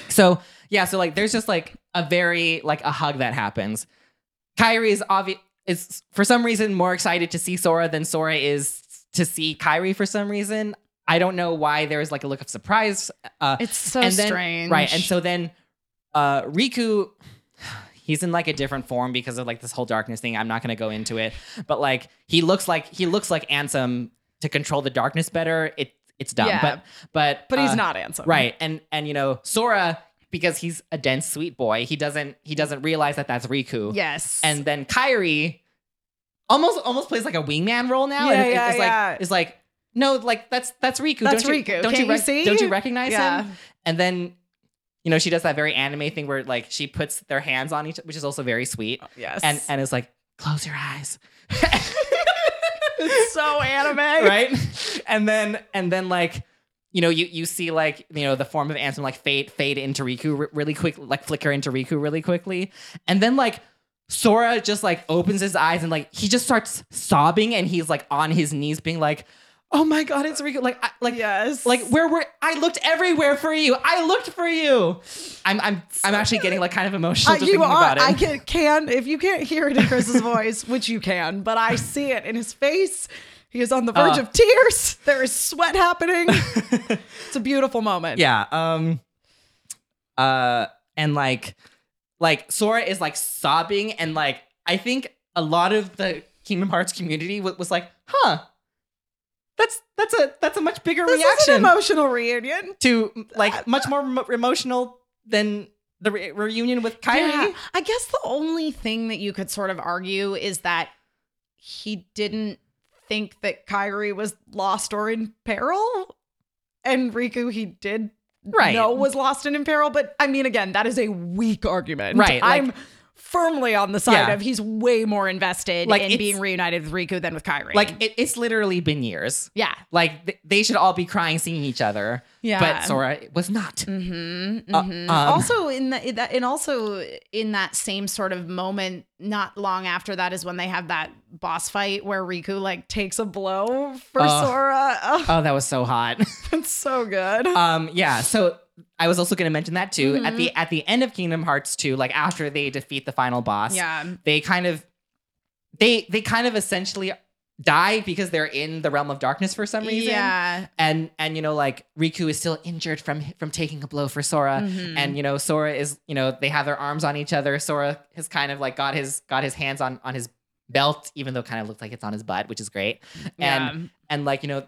so yeah, so like, there's just like a very like a hug that happens. Kyrie is obvious is for some reason more excited to see Sora than Sora is to see Kyrie for some reason. I don't know why there is like a look of surprise. Uh, It's so and then, strange. Right. And so then uh Riku [sighs] he's in like a different form because of like this whole darkness thing. I'm not gonna go into it. But like he looks like he looks like Ansem to control the darkness better. It it's dumb. Yeah. But but but he's uh, not Ansem. Right. And and you know, Sora, because he's a dense sweet boy, he doesn't he doesn't realize that that's Riku. yes. And then Kyrie almost almost plays like a wingman role now. Yeah, and it- yeah, it's yeah. like it's like no, like that's that's Riku. That's don't you, Riku. Don't Can't you, you rec- see? Don't you recognize Yeah. him? And then you know she does that very anime thing where like she puts their hands on each, which is also very sweet, Yes. and and is like close your eyes, [laughs] it's [laughs] so [laughs] anime. right? And then and then like. You know, you, you see like you know the form of Ansem like fade fade into Riku re- really quick, like flicker into Riku really quickly, and then like Sora just like opens his eyes and like he just starts sobbing and he's like on his knees being like, "Oh my god, it's Riku!" Like I, like Yes. like where were I looked everywhere for you. I looked for you. I'm I'm I'm actually getting like kind of emotional Uh, just you thinking are. about it. I can, can. If you can't hear it in [laughs] Chris's voice, which you can, but I see it in his face. He is on the verge Uh. of tears. There is [laughs] sweat happening. it's a beautiful moment. yeah. Um uh and like like Sora is like sobbing and like I think a lot of the Kingdom Hearts community was, was like, "Huh. That's that's a that's a much bigger This is an reaction emotional reunion. to like much more emo- emotional than the re- reunion with Kyrie." Yeah. I guess the only thing that you could sort of argue is that he didn't think that Kyrie was lost or in peril, and Riku he did Right. know was lost and in peril. But I mean, again, that is a weak argument. Right, like- I'm firmly on the side Yeah. of he's way more invested Like, in it's- being reunited with Riku than with Kyrie. Like it, it's literally been years. yeah, Like th- they should all be crying, seeing each other. Yeah. Mm. But Sora was not. mm-hmm, Uh, mhm. um, also in the, in that and also in that same sort of moment, not long after that is when they have that boss fight where Riku like takes a blow for Ugh. Sora. [laughs] Oh, oh, that was so hot. [laughs] that's so good. um, yeah. So I was also going to mention that too. Mm-hmm. At the at the end of Kingdom Hearts 2, like after they defeat the final boss, yeah they kind of they they kind of essentially die because they're in the realm of darkness for some reason. yeah and and you know like Riku is still injured from from taking a blow for Sora Mhm. and you know Sora is you know they have their arms on each other Sora has kind of like got his got his hands on on his belt even though it kind of looks like it's on his butt which is great and yeah. and like you know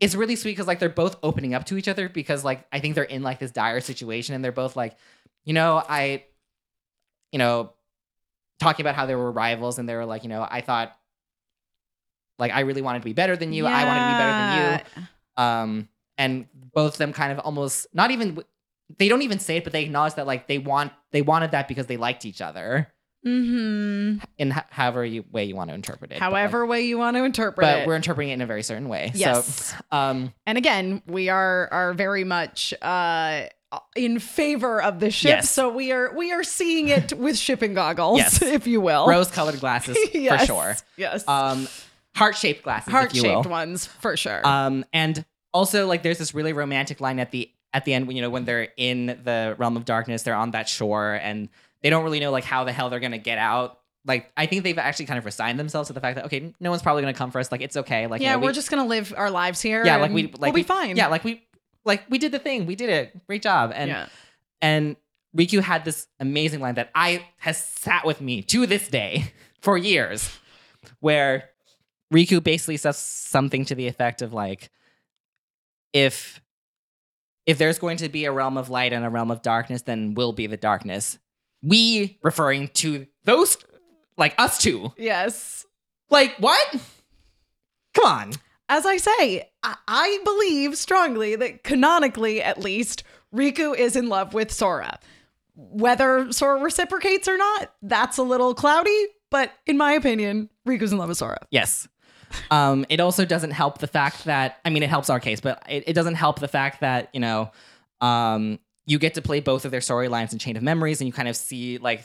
it's really sweet cuz like they're both opening up to each other because like I think they're in like this dire situation and they're both like you know I you know talking about how they were rivals and they were like you know I thought like I really wanted to be better than you I wanted to be better than you Yeah. um and both of them kind of almost not even they don't even say it but they acknowledge that like they want they wanted that because they liked each other Mm-hmm. in ho- however you, way you want to interpret it But, like, However way you want to interpret but, it. we're interpreting it in a very certain way Yes. so um and again, we are are very much uh in favor of the ship Yes. so we are we are seeing it with shipping goggles Yes. [laughs] if you will rose colored [laughs] glasses Oh. Yes, for sure yes um heart shaped glasses if you will. heart-shaped ones for sure Um, and also like there's this really romantic line at the at the end when you know when they're in the realm of darkness, they're on that shore and they don't really know like how the hell they're gonna get out. Like I think they've actually kind of resigned themselves to the fact that okay, no one's probably gonna come for us. Like it's okay. Like you yeah know, we- we're just gonna live our lives here yeah, like and we like we'll we, be fine Yeah, like we like we did the thing. We did it. Great job. And Yeah. and Riku had this amazing line that I has sat with me to this day [laughs] for years, where Riku basically says something to the effect of like, if if there's going to be a realm of light and a realm of darkness, then we'll be the darkness. We referring to those like us two. yes Like what? Come on. as i say I, I believe strongly that canonically at least riku is in love with sora whether sora reciprocates or not that's a little cloudy But in my opinion, Riku's in love with Sora. Yes. Um, it also doesn't help the fact that I mean it helps our case, but it, it doesn't help the fact that you know um, you get to play both of their storylines in Chain of Memories, and you kind of see like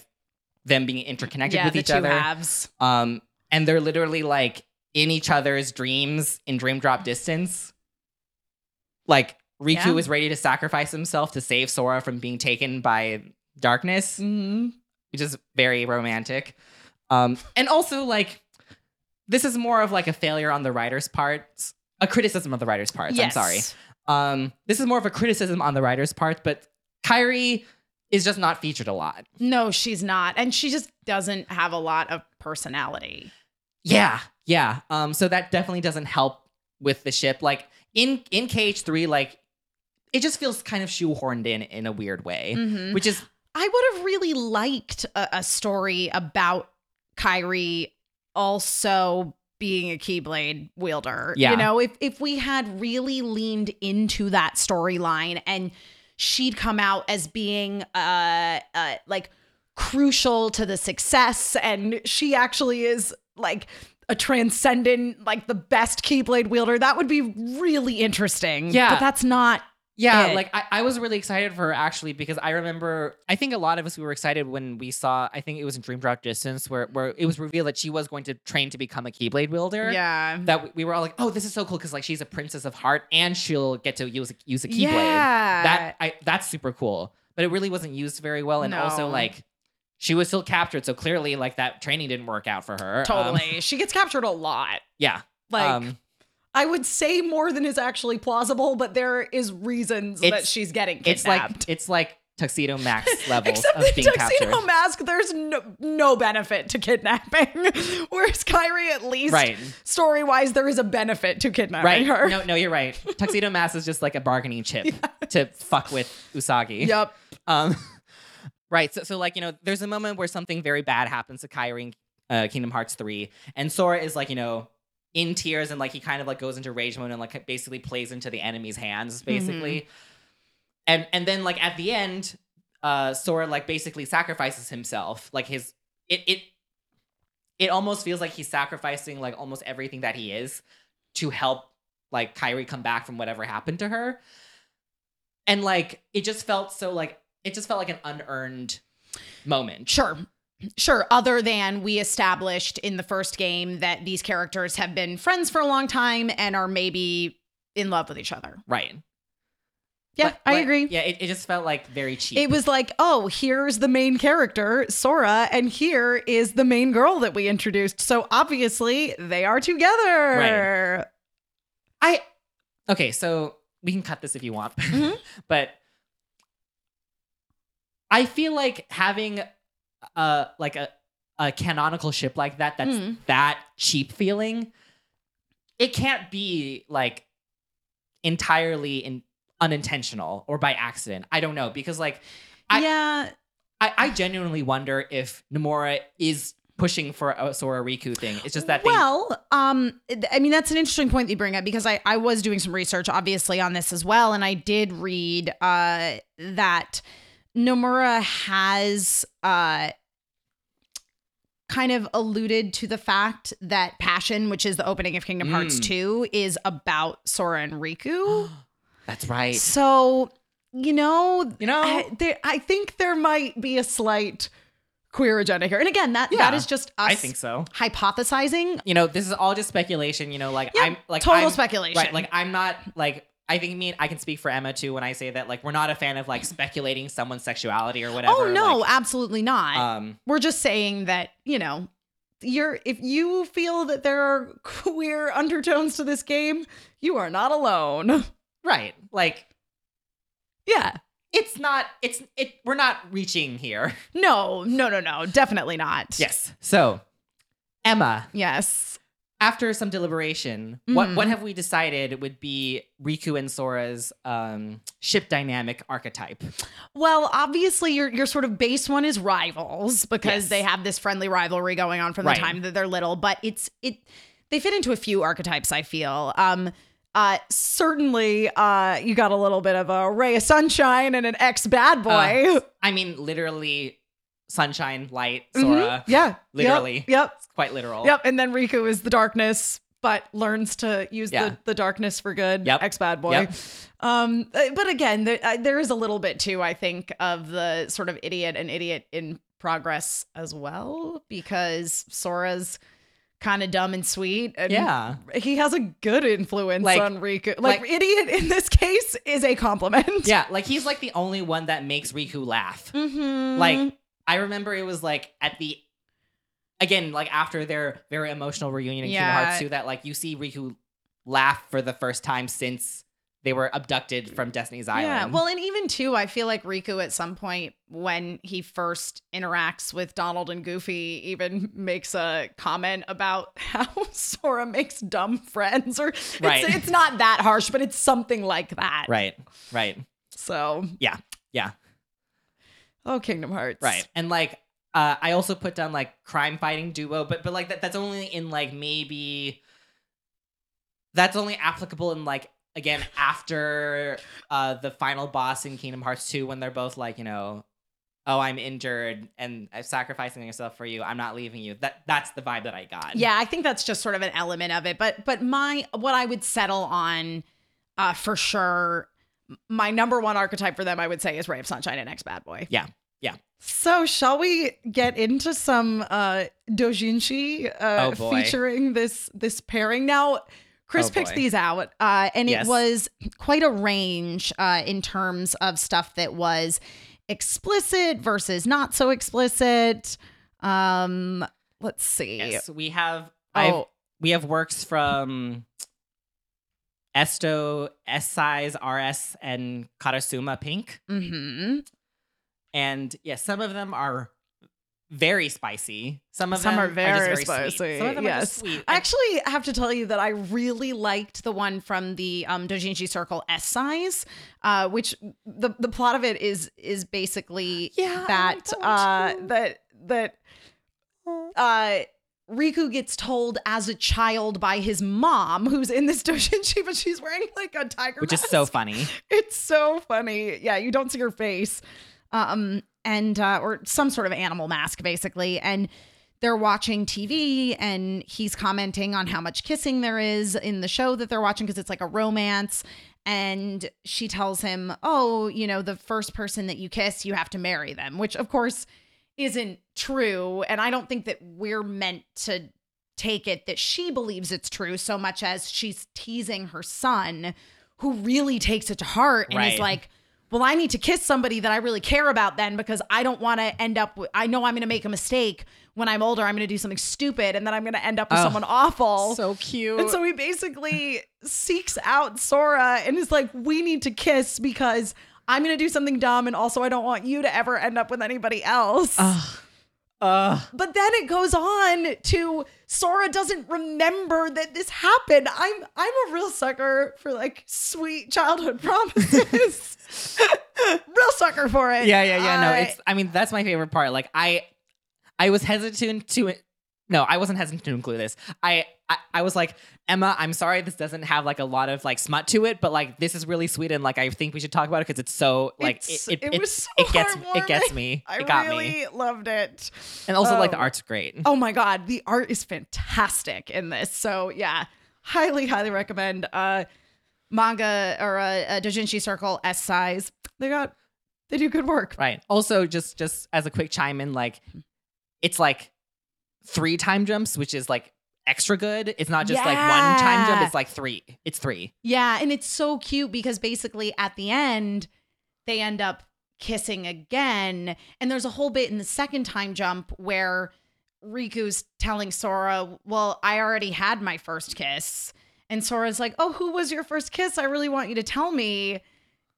them being interconnected yeah, with the each two other. halves. Um, and they're literally like in each other's dreams in dream drop distance. Like Riku Yeah. is ready to sacrifice himself to save Sora from being taken by darkness Mm-hmm. which is very romantic. Um, and also like this is more of like a failure on the writer's part, a criticism of the writer's part. Yes. I'm sorry. Um, this is more of a criticism on the writer's part, but Kyrie is just not featured a lot. No, she's not. And she just doesn't have a lot of personality. Yeah, yeah. Um, so that definitely doesn't help with the ship. Like in in KH3, like it just feels kind of shoehorned in in a weird way, Mm-hmm. Mhm. which is I would have really liked a, a story about Kyrie also being a Keyblade wielder. Yeah. You know, if if we had really leaned into that storyline and she'd come out as being uh, uh like crucial to the success and She actually is like a transcendent, like the best Keyblade wielder. That would be really interesting. Yeah. But that's not Yeah, it. like I, I was really excited for her actually because I remember I think a lot of us we were excited when we saw I think it was in Dream Drop Distance where where it was revealed that she was going to train to become a Keyblade wielder. yeah. That we- we were all like, oh, this is so cool because like she's a princess of heart and she'll get to use a, use a Keyblade. Yeah. That I that's super cool. But it really wasn't used very well, and also No. like she was still captured, so clearly like that training didn't work out for her. Um, totally. she gets captured a lot. yeah. like um, I would say more than is actually plausible, but there is reasons that It's- she's getting it's kidnapped. like it's like Tuxedo [laughs] Max levels Except of the being tuxedo captured. mask, there's no, no benefit to kidnapping. [laughs] Whereas Kyrie, at least Right. story wise, there is a benefit to Right. kidnapping her. No, no, you're right. Tuxedo Mask is just like a bargaining chip to fuck with Usagi. [laughs] Yep. Um, [laughs] right. So, so like you know, there's a moment where something very bad happens to Kyrie in uh, Kingdom Hearts three, and Sora is like you know in tears and like he kind of like goes into rage mode and like basically plays into the enemy's hands basically, and and then like at the end, uh, Sora like basically sacrifices himself. Like his it it it almost feels like he's sacrificing like almost everything that he is to help like Kyrie come back from whatever happened to her. And like it just felt so like it just felt like an unearned moment. Sure. Sure. Other than we established in the first game that these characters have been friends for a long time and are maybe in love with each other. Right. Yeah, Like- I like- agree. Yeah, it, it just felt like very cheap. It was like, oh, here's the main character, Sora, and here is the main girl that we introduced. So obviously they are together. I okay, so we can cut this if you want, [laughs] Mhm. but I feel like having a like a a canonical ship like that that's Mm. that cheap feeling. It can't be like entirely in, unintentional or by accident. I don't know because like I- yeah. I, I genuinely wonder if Nomura is pushing for a Sora Riku thing. It's just that thing. Well, um, th- I mean, that's an interesting point that you bring up because I, I was doing some research, obviously, on this as well. And I did read uh, that Nomura has uh, kind of alluded to the fact that Passion, which is the opening of Kingdom Hearts Mm. 2, is about Sora and Riku. That's right. so, you know, You know, I, there, I think there might be a slight queerogenic here. And again, that, that Yeah, is just us I think so. hypothesizing, You know, this is all just speculation. You know, like Yeah, I'm like total I'm- speculation. Right, like I'm not like I think me I can speak for Emma too when I say that like we're not a fan of like speculating someone's sexuality or whatever. oh, no, like, absolutely not. um, We're just saying that, you know, you're if you feel that there are queer undertones to this game, you are not alone. [laughs] right, like Yeah. it's not it's it we're not [laughs] reaching here. No, no, no, no. Definitely not. Yes. So, Emma, Yes. after some deliberation, what Mhm. what have we decided would be Riku and Sora's um, ship dynamic archetype? Well, obviously your your sort of base one is rivals because Yes. they have this friendly rivalry going on from Right. the time that they're little, but it's it they fit into a few archetypes, I feel. Um uh Certainly, uh, you got a Uh, [laughs] little bit of a ray of sunshine and an ex bad boy. I mean, literally, sunshine, light, Mm-hmm. Sora. Yeah. Literally. Yep. yep. It's quite literal. Yep. And then Riku is the darkness, but learns to use Yeah. the, the darkness for good. Yep. Ex bad boy. Yep. Um, uh, but again, there, uh, there is a little bit too, I think, of the sort of idiot and idiot in progress as well, because Sora's kind of dumb and sweet. And Yeah. He has a good influence Like- on Riku. Like, like- idiot in this case is a compliment. Yeah. Like he's like the only one that makes Riku laugh. Mm-hmm. Like I remember it was like at the again, like after their very emotional reunion in Kingdom Yeah. Hearts 2 that like you see Riku laugh for the first time since they were abducted from Destiny's Island. Yeah, well, and even too, I feel like Riku at some point when he first interacts with Donald and Goofy even [laughs] makes a comment about [laughs] how Sora makes dumb friends, or it's, Right. it's not that harsh, but it's something like that. Right. Right. So Yeah, yeah. Oh, Kingdom Hearts. Right. And like uh, I also put down like crime fighting duo, but but like that that's only in like maybe that's only applicable in like again after uh the final boss in Kingdom Hearts 2 when they're both like, you know, oh I'm injured and I'm sacrificing myself for you. I'm not leaving you. That that's the vibe that I got. Yeah, I think that's just sort of an element of it. But but my what I would settle on, uh, for sure, my number one archetype for them, I would say, is Ray of Sunshine and Ex Bad Boy. Yeah. Yeah. So shall we get into some uh, dojinshi Oh, uh, boy. featuring this this pairing now? Chris Oh, picks boy. these out, uh, and Yes. it was quite a range uh, in terms of stuff that was explicit versus not so explicit. Um, let's see. Yes, we have I've, Oh, we have works from Esto, S size, RS, and Karasuma Pink. hmm and yeah, some of them are very spicy. Some of Some them are just very sweet. spicy, Some of them are just yes. sweet. I actually have to tell you that I really liked the one from the um, Dojinshi Circle S size, uh, which the the plot of it is is basically Yeah, I that like that one uh, too. that that uh, Riku gets told as a child by his mom, who's in this [laughs] Dojinshi, but she's wearing like a tiger, which is mask. so [laughs] funny. It's so funny. Yeah, you don't see her face. Um and uh or some sort of animal mask basically and they're watching TV and he's commenting on how much kissing there is in the show that they're watching because it's like a romance and she tells him, "Oh, you know, the first person that you kiss, you have to marry them," which of course isn't true and I don't think that we're meant to take it that she believes it's true so much as she's teasing her son who really takes it to heart and Right. is like well i need to kiss somebody that i really care about then because i don't want to end up with i know i'm going to make a mistake when i'm older i'm going to do something stupid and then i'm going to end up with Ugh. someone awful cute. and so he basically seeks out Sora and is like, we need to kiss because I'm going to do something dumb. And also, I don't want you to ever end up with anybody else. But then it goes on to Sora doesn't remember that this happened. I'm I'm a real sucker for like sweet childhood [laughs] promises. [laughs] real sucker for it. yeah, yeah, yeah. No, Uh, it's. I mean, that's my favorite part. Like I, I was hesitant to. No, I wasn't hesitant to include this. I, I, I was like, Emma, I'm sorry this doesn't have like a lot of like smut to it, but like this is really sweet and like I think we should talk about it because it's so like It's- it, it was so it gets it gets heartwarming. me. [laughs] I it got really me. loved it. And also like the um, art's great. Oh my god, the art is fantastic in this. So yeah, highly highly recommend uh manga or uh, uh, Dojinshi Circle S size. They got they do good work. Right. Also, just just as a quick chime in, like it's like three time jumps, which is like extra good. It's not just like one time jump. Yeah. It's like three. It's three. Yeah, and it's so cute because basically at the end they end up kissing again, and there's a whole bit in the second time jump where Riku's telling Sora, "Well, I already had my first kiss." And Sora's like, "Oh, who was your first kiss? I really want you to tell me."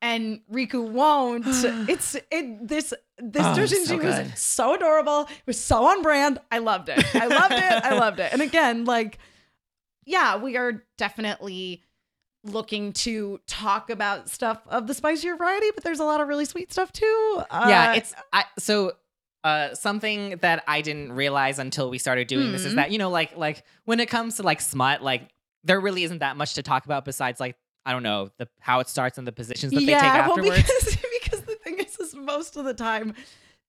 And Riku [sighs] won't. it's it this this Oh, oh, so was good. so adorable. It was so on brand. I loved it. I loved it. I loved it. And again, like yeah, we are definitely looking to talk about stuff of the spicier variety, but there's a lot of really sweet stuff too. Uh, yeah. It's I so. Uh, something that I didn't realize until we started doing this is Hmm. that you know, like, like when it comes to like smut, like there really isn't that much to talk about besides like I don't know the how it starts and the positions that they take [laughs] yeah, well, afterwards. because because the thing is, is most of the time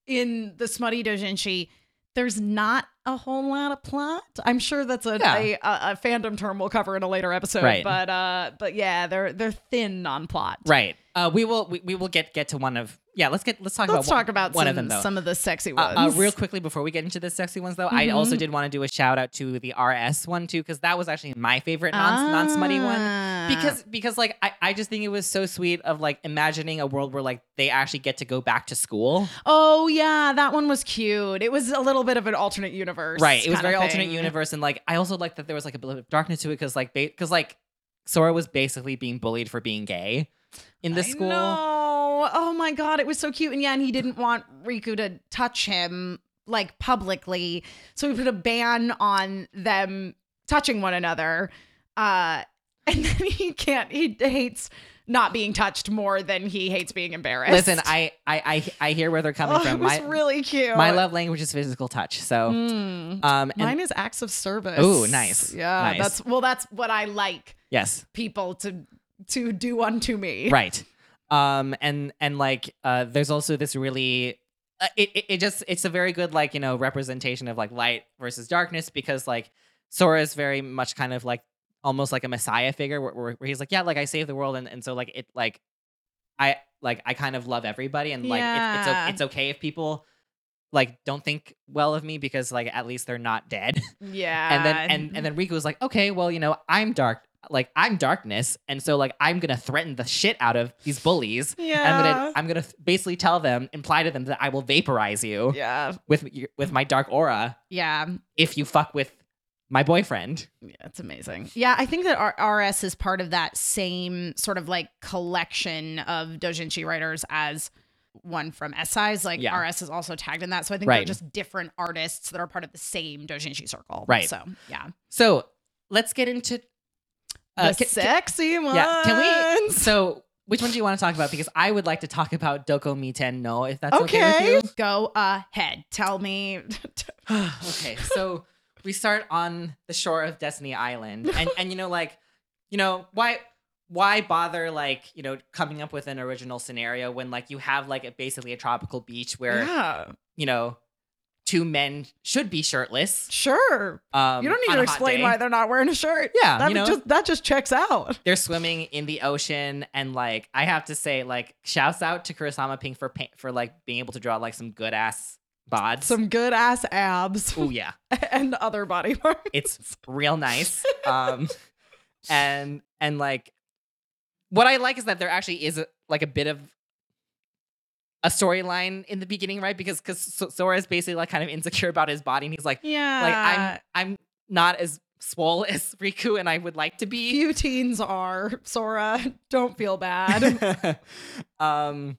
in the Smutty Dojinshi, there's not a whole lot of plot. I'm sure that's a, Yeah. a, a, a fandom term we'll cover in a later episode. Right. But uh, but yeah, they're they're thin on plot. Right. Uh, we will we, we will get get to one of yeah. Let's get let's talk Let's about talk about one, one some, of them though. some of the sexy ones. uh, uh, real quickly before we get into the sexy ones though, I also did want to do a shout out to the RS one too because that was actually my favorite non non smutty one Ah. because because like I, I just think it was so sweet of like imagining a world where like they actually get to go back to school. Oh yeah, that one was cute. It was a little bit of an alternate universe. Right. It was kinda very alternate thing. universe, and like I also like that there was like a bit of darkness to it because like because like Sora was basically being bullied for being gay in this I school. know. Oh my god, it was so cute. And yeah, and he didn't want Riku to touch him like publicly, so he put a ban on them touching one another. Uh, [laughs] and then he can't. He hates not being touched more than he hates being embarrassed. Listen, I, I I I hear where they're coming [laughs] Oh, from. it was My- really cute. My love language is physical touch. So, Mm. um, and Mine is acts of service. Ooh, nice. Yeah, Nice. that's well, that's what I like yes, people to to do unto me. right. Um, and and like, uh, there's also this really, uh, it, it it just it's a very good like you know representation of like light versus darkness because like Sora is very much kind of like almost like a messiah figure where, where, where he's like yeah like I saved the world and and so like it like I like I kind of love everybody and like it, it's o- Yeah. it's okay if people like don't think well of me because like at least they're not dead. [laughs] Yeah. Mm-hmm. and then and, and then Riku was like, okay, well, you know, I'm dark, like I'm darkness, and so like I'm gonna threaten the shit out of these bullies. yeah. I'm gonna I'm gonna basically tell them, imply to them that I will vaporize you yeah. with with my dark aura Yeah. um, if you fuck with my boyfriend. Yeah, it's amazing. Yeah, I think that R- RS is part of that same sort of like collection of doujinshi writers as one from SI's. Like Yeah. RS is also tagged in that, so I think they're Right. just different artists that are part of the same doujinshi circle. Right. So yeah, So let's get into the ca- ca- sexy ones. Uh, yeah. Can we? So which one do you want to talk about? Because I would like to talk about Doko Miten No, if that's okay, with you. Okay, go ahead. Tell me. [laughs] [sighs] okay, so we start on the shore of Destiny [laughs] Island, and and you know, like, you know, why why bother like you know coming up with an original scenario when like you have like a, basically a tropical beach where yeah, you know two men should be shirtless. sure. Um, you don't need on to a hot explain day. why they're not wearing a shirt. Yeah, that you know? just that just checks out. they're swimming in the ocean and like i have to say like shouts out to kurosama pink for pa- for like being able to draw like some good ass bods Some good ass abs [laughs] oh yeah and other body parts. it's real nice um and and like what i like is that there actually is a, like a bit of a storyline in the beginning right because because sora is basically like kind of insecure about his body and he's like Yeah, like [laughs] i'm i'm not as swole [laughs] as riku and i would like to be few teens are Sora. [laughs] Don't [laughs] feel bad. um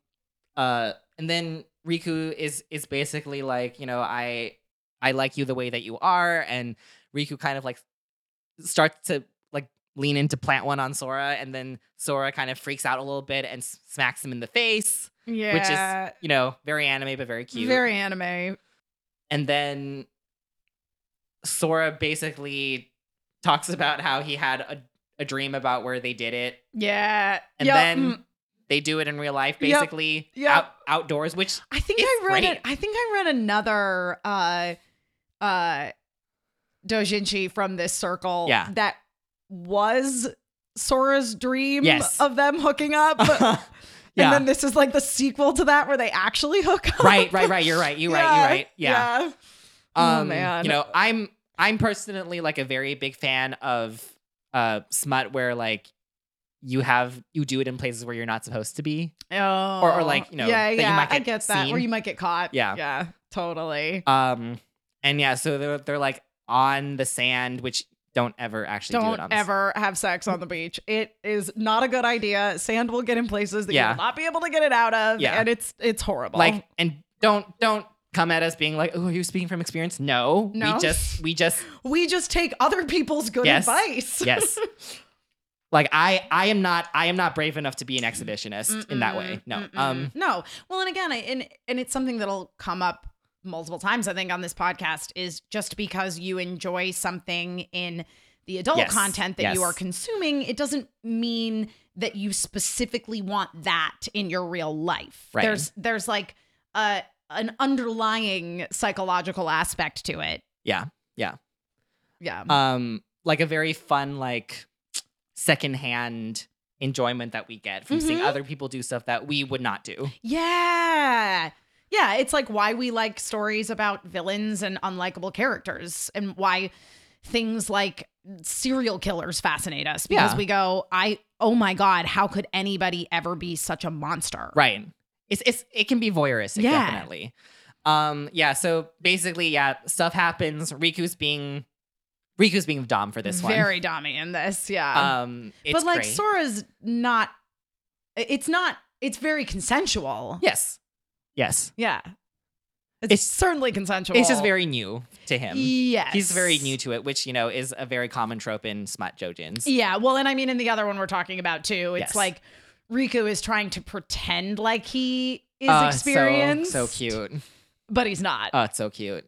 uh and then riku is is basically like you know i i like you the way that you are and riku kind of like starts to like lean into plant one on sora and then sora kind of freaks out a little bit and s- smacks him in the face yeah, you know very anime but very cute very anime. and then sora basically talks about how he had a, a dream about where they did it Yeah, and Yep. then Mm. they do it in real life, Yep. basically Yep. Out, outdoors. [laughs] Which I think it's I read great. it. I think I read another uh, uh, doujinshi from this circle. Yeah. that was Sora's dream Yes. of them hooking [laughs] up. yeah, And then [laughs] this is like the sequel to that where they actually hook up. right, right, right. You're right. You're [laughs] right. You're right. Yeah. Oh, Um, man. you know, I'm I'm personally like a very big fan of uh smut where like you have you do it in places where you're not supposed to be. Oh. Or- or like, you know, yeah, that you yeah, might I get get that. Where seen. you might get caught. Yeah. Yeah, totally. Um, and yeah, so they're they're like on the sand, which don't ever actually do it on Don't the s- ever have sex on the beach. It is not a good idea. Sand will get in places that Yeah. you will not be able to get it out of. Yeah. And it's it's horrible. like and don't don't come at us being like, oh, are you speaking from experience? No, No. we just we just we just take other people's good Yes. advice. [laughs] yes like i i am not i am not brave enough to be an exhibitionist in that way no Mm-mm. um no. Well, and again, I, and and it's something that'll come up multiple times. I think on this podcast is just because you enjoy something in the adult Yes. content that you Yes. are consuming, it doesn't mean that you specifically want that in your real life. Right. There's there's like a an underlying psychological aspect to it. Yeah. Yeah. Um, like a very fun, like secondhand enjoyment that we get from seeing Mhm. other people do stuff that we would not do. yeah. Yeah, it's like why we like stories about villains and unlikable characters and why things like serial killers fascinate us because Yeah. we go, I oh my god, how could anybody ever be such a monster? Right. It's it's it can be voyeuristic, Yeah. definitely. Um, yeah, so basically, yeah, stuff happens. Riku's being Riku's being dumb for this one. Very dummy in this, yeah. um it's but like great. Sora's not it's not it's very consensual. Yes. Yes. Yeah. It's, It's- certainly consensual. It's just very new to him. Yes. He's very new to it, which you know is a very common trope in smut joujins. Yeah. Well, and I mean, in the other one we're talking about too, it's Yes. like Riku is trying to pretend like he is Uh, so- experienced. So, cute. But he's not. Oh, it's so cute.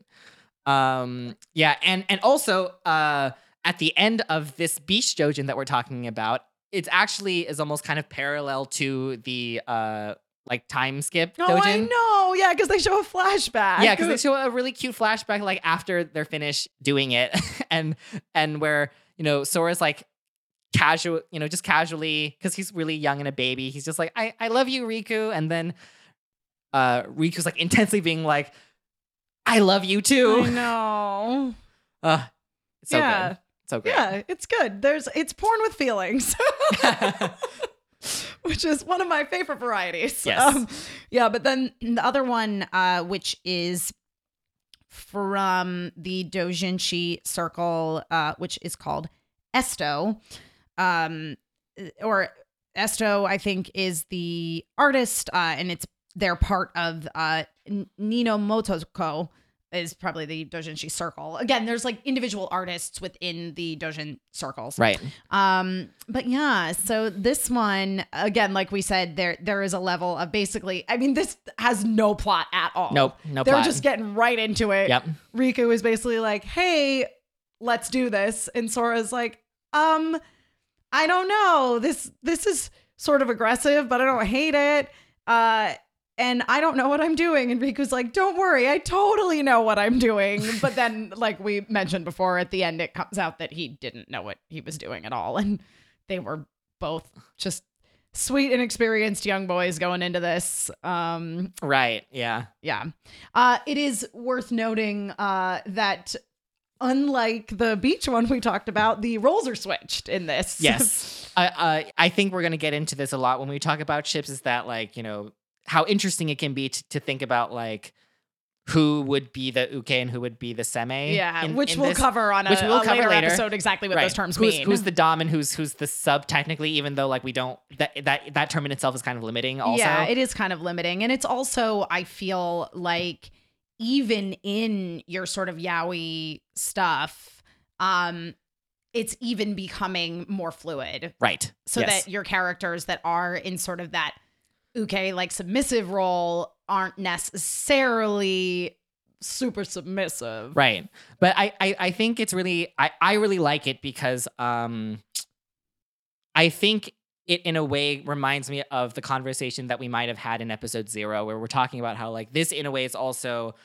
Um, yeah, and and also uh, at the end of this beach jojen that we're talking about, it's actually is almost kind of parallel to the uh like time skip oh, I doujin. know. Yeah. Because they show a flashback. Yeah, [laughs] because they show a really cute flashback like after they're finished doing it, [laughs] and and where you know Sora's like casual, you know, just casually because he's really young and a baby. He's just like, I I love you, Riku, and then uh Riku's like intensely being like, I love you I too. know. [laughs] Uh, it's so yeah. good, so great. Yeah. It's good. There's it's porn with feelings. [laughs] which is one of my favorite varieties. Um, Yes. yeah, but then the other one, uh, which is from the Dojinshi circle, uh, which is called Esto, um, or Esto, I think, is the artist, uh, and it's they're part of uh, N- Nino Motoko. Is probably the Dojinshi circle. Again, there's like individual artists within the Dojin circles. [laughs] [laughs] Right. Um, but yeah, so this one again, like we said, there there is a level of basically. I mean, this has no plot at all. Nope. No they're plot. just getting right into it. Yep. Riku is basically like, "Hey, let's do this," and Sora's like, "Um, I don't know. This this is sort of aggressive, but I don't hate it. Uh, and I don't know what I'm doing." And Riku's like, "Don't worry, I totally know what I'm doing." But then, like we mentioned before, at the end, it comes out that he didn't know what he was doing at all, and they were both just sweet and experienced young boys going into this. Um, Right. Yeah. yeah. Uh, it is worth noting uh, that unlike the beach one we talked about, the roles are switched in this. [laughs] Yes. I uh, I think we're gonna get into this a lot when we talk about ships. Is that like you know how interesting it can be t- to think about like who would be the uke and who would be the seme? yeah, in- which in we'll this- cover on a, which we'll a cover later, later. episode exactly what Right. those terms who's, mean. Who's the dom and who's who's the sub technically? Even though like we don't that that that term in itself is kind of limiting. Also, Yeah, it is kind of limiting. And it's also, I feel like, even in your sort of yaoi stuff, um, it's even becoming more fluid right. so Yes. that your characters that are in sort of that okay like submissive role aren't necessarily super submissive right but I, I i think it's really i i really like it because um i think it in a way reminds me of the conversation that we might have had in episode zero where we're talking about how like this in a way is also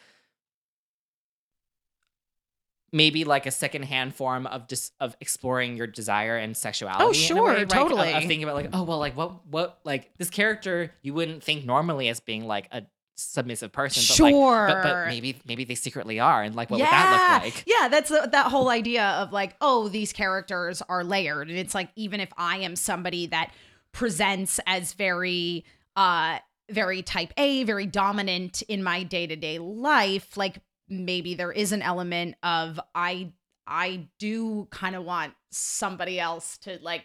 maybe like a secondhand form of just of exploring your desire and sexuality. in a Oh, sure, way, like, of- totally. Of, thinking about like, oh well, like what what like this character you wouldn't think normally as being like a submissive person, but like sure but, but maybe maybe they secretly are, and like what would that look like? yeah that's the, that whole idea of like oh these characters are layered and it's like even if i am somebody that presents as very uh very type a very dominant in my day-to-day life like maybe there is an element of i i do kind of want somebody else to like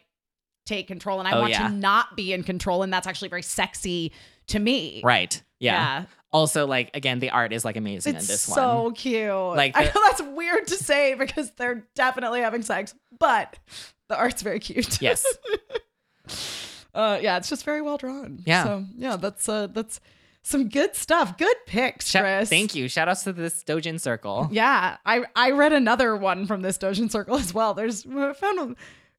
take control and i Oh, want yeah. to not be in control and that's actually very sexy to me Right. Yeah. yeah Also, like again, the art is like amazing in this one. so cute. Like I the- know that's weird to say because they're definitely having sex, but the art's very cute. Yes. [laughs] Uh, yeah, it's just very well drawn. Yeah. So yeah, that's uh, that's some good stuff. Good picks, Shout- Chris. thank you. Shout outs to this Dojin Circle. Yeah, I I read another one from this Dojin circle as well. There's I found a-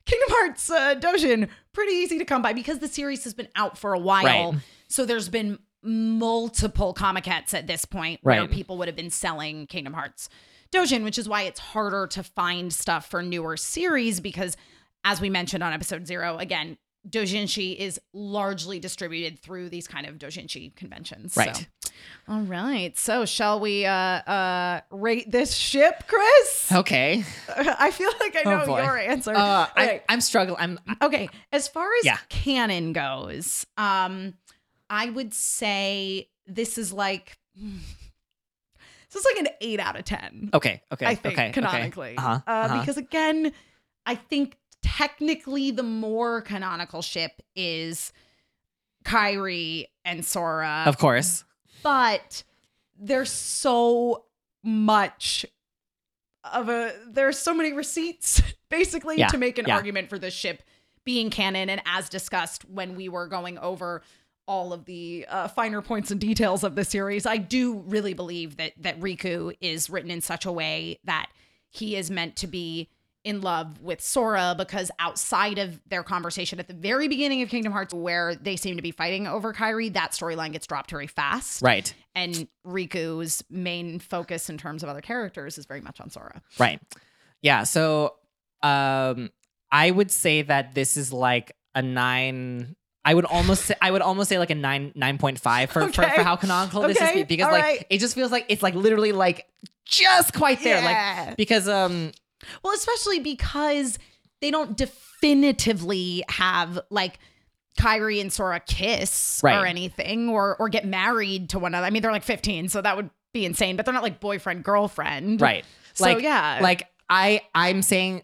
Kingdom Hearts uh, Dojin pretty easy to come by because the series has been out for a while. Right. So there's been multiple comic-cats at this point where Right. people would have been selling Kingdom Hearts Dojin, which is why it's harder to find stuff for newer series because as we mentioned on episode 0 again Dojinshi is largely distributed through these kind of Dojinshi conventions. so. Right. All right. So, shall we uh uh Rate this ship, Chris. [laughs] Okay. I feel like I Oh, know boy. your answer. Uh, All I, right. I'm struggling. I'm Okay, as far as Yeah. canon goes, um, I would say this is like so it's like an eight out of ten. okay. Okay. I think okay, okay. canonically, Uh-huh, uh, uh-huh. because again, I think technically the more canonical ship is Kyrie and Sora, of course. but There's so much of a there's so many [laughs] receipts basically Yeah, to make an yeah. argument for for this ship being canon, and as discussed when we were going over all of the uh, finer points and details of the series. series, I do really believe that that Riku is written in such a way that he is meant to be in love with Sora because outside of their conversation at the very beginning of Kingdom Hearts where they seem to be fighting over Kyrie, that storyline gets dropped very fast. Right. And Riku's main focus in terms of other characters is very much on Sora. Right. Yeah. So um I would say that this is like a nine. I would almost say I would almost say like a nine nine point five for, for, Okay. for how canonical this Okay. is because All like right. it just feels like it's like literally like just quite there. Yeah. Like because um Well, especially because they don't definitively have like Kyrie and Sora kiss Right. or anything or or get married to one another. I mean, they're like 15, so that would be insane, but they're not like boyfriend girlfriend. right. So, like yeah. Like I I'm saying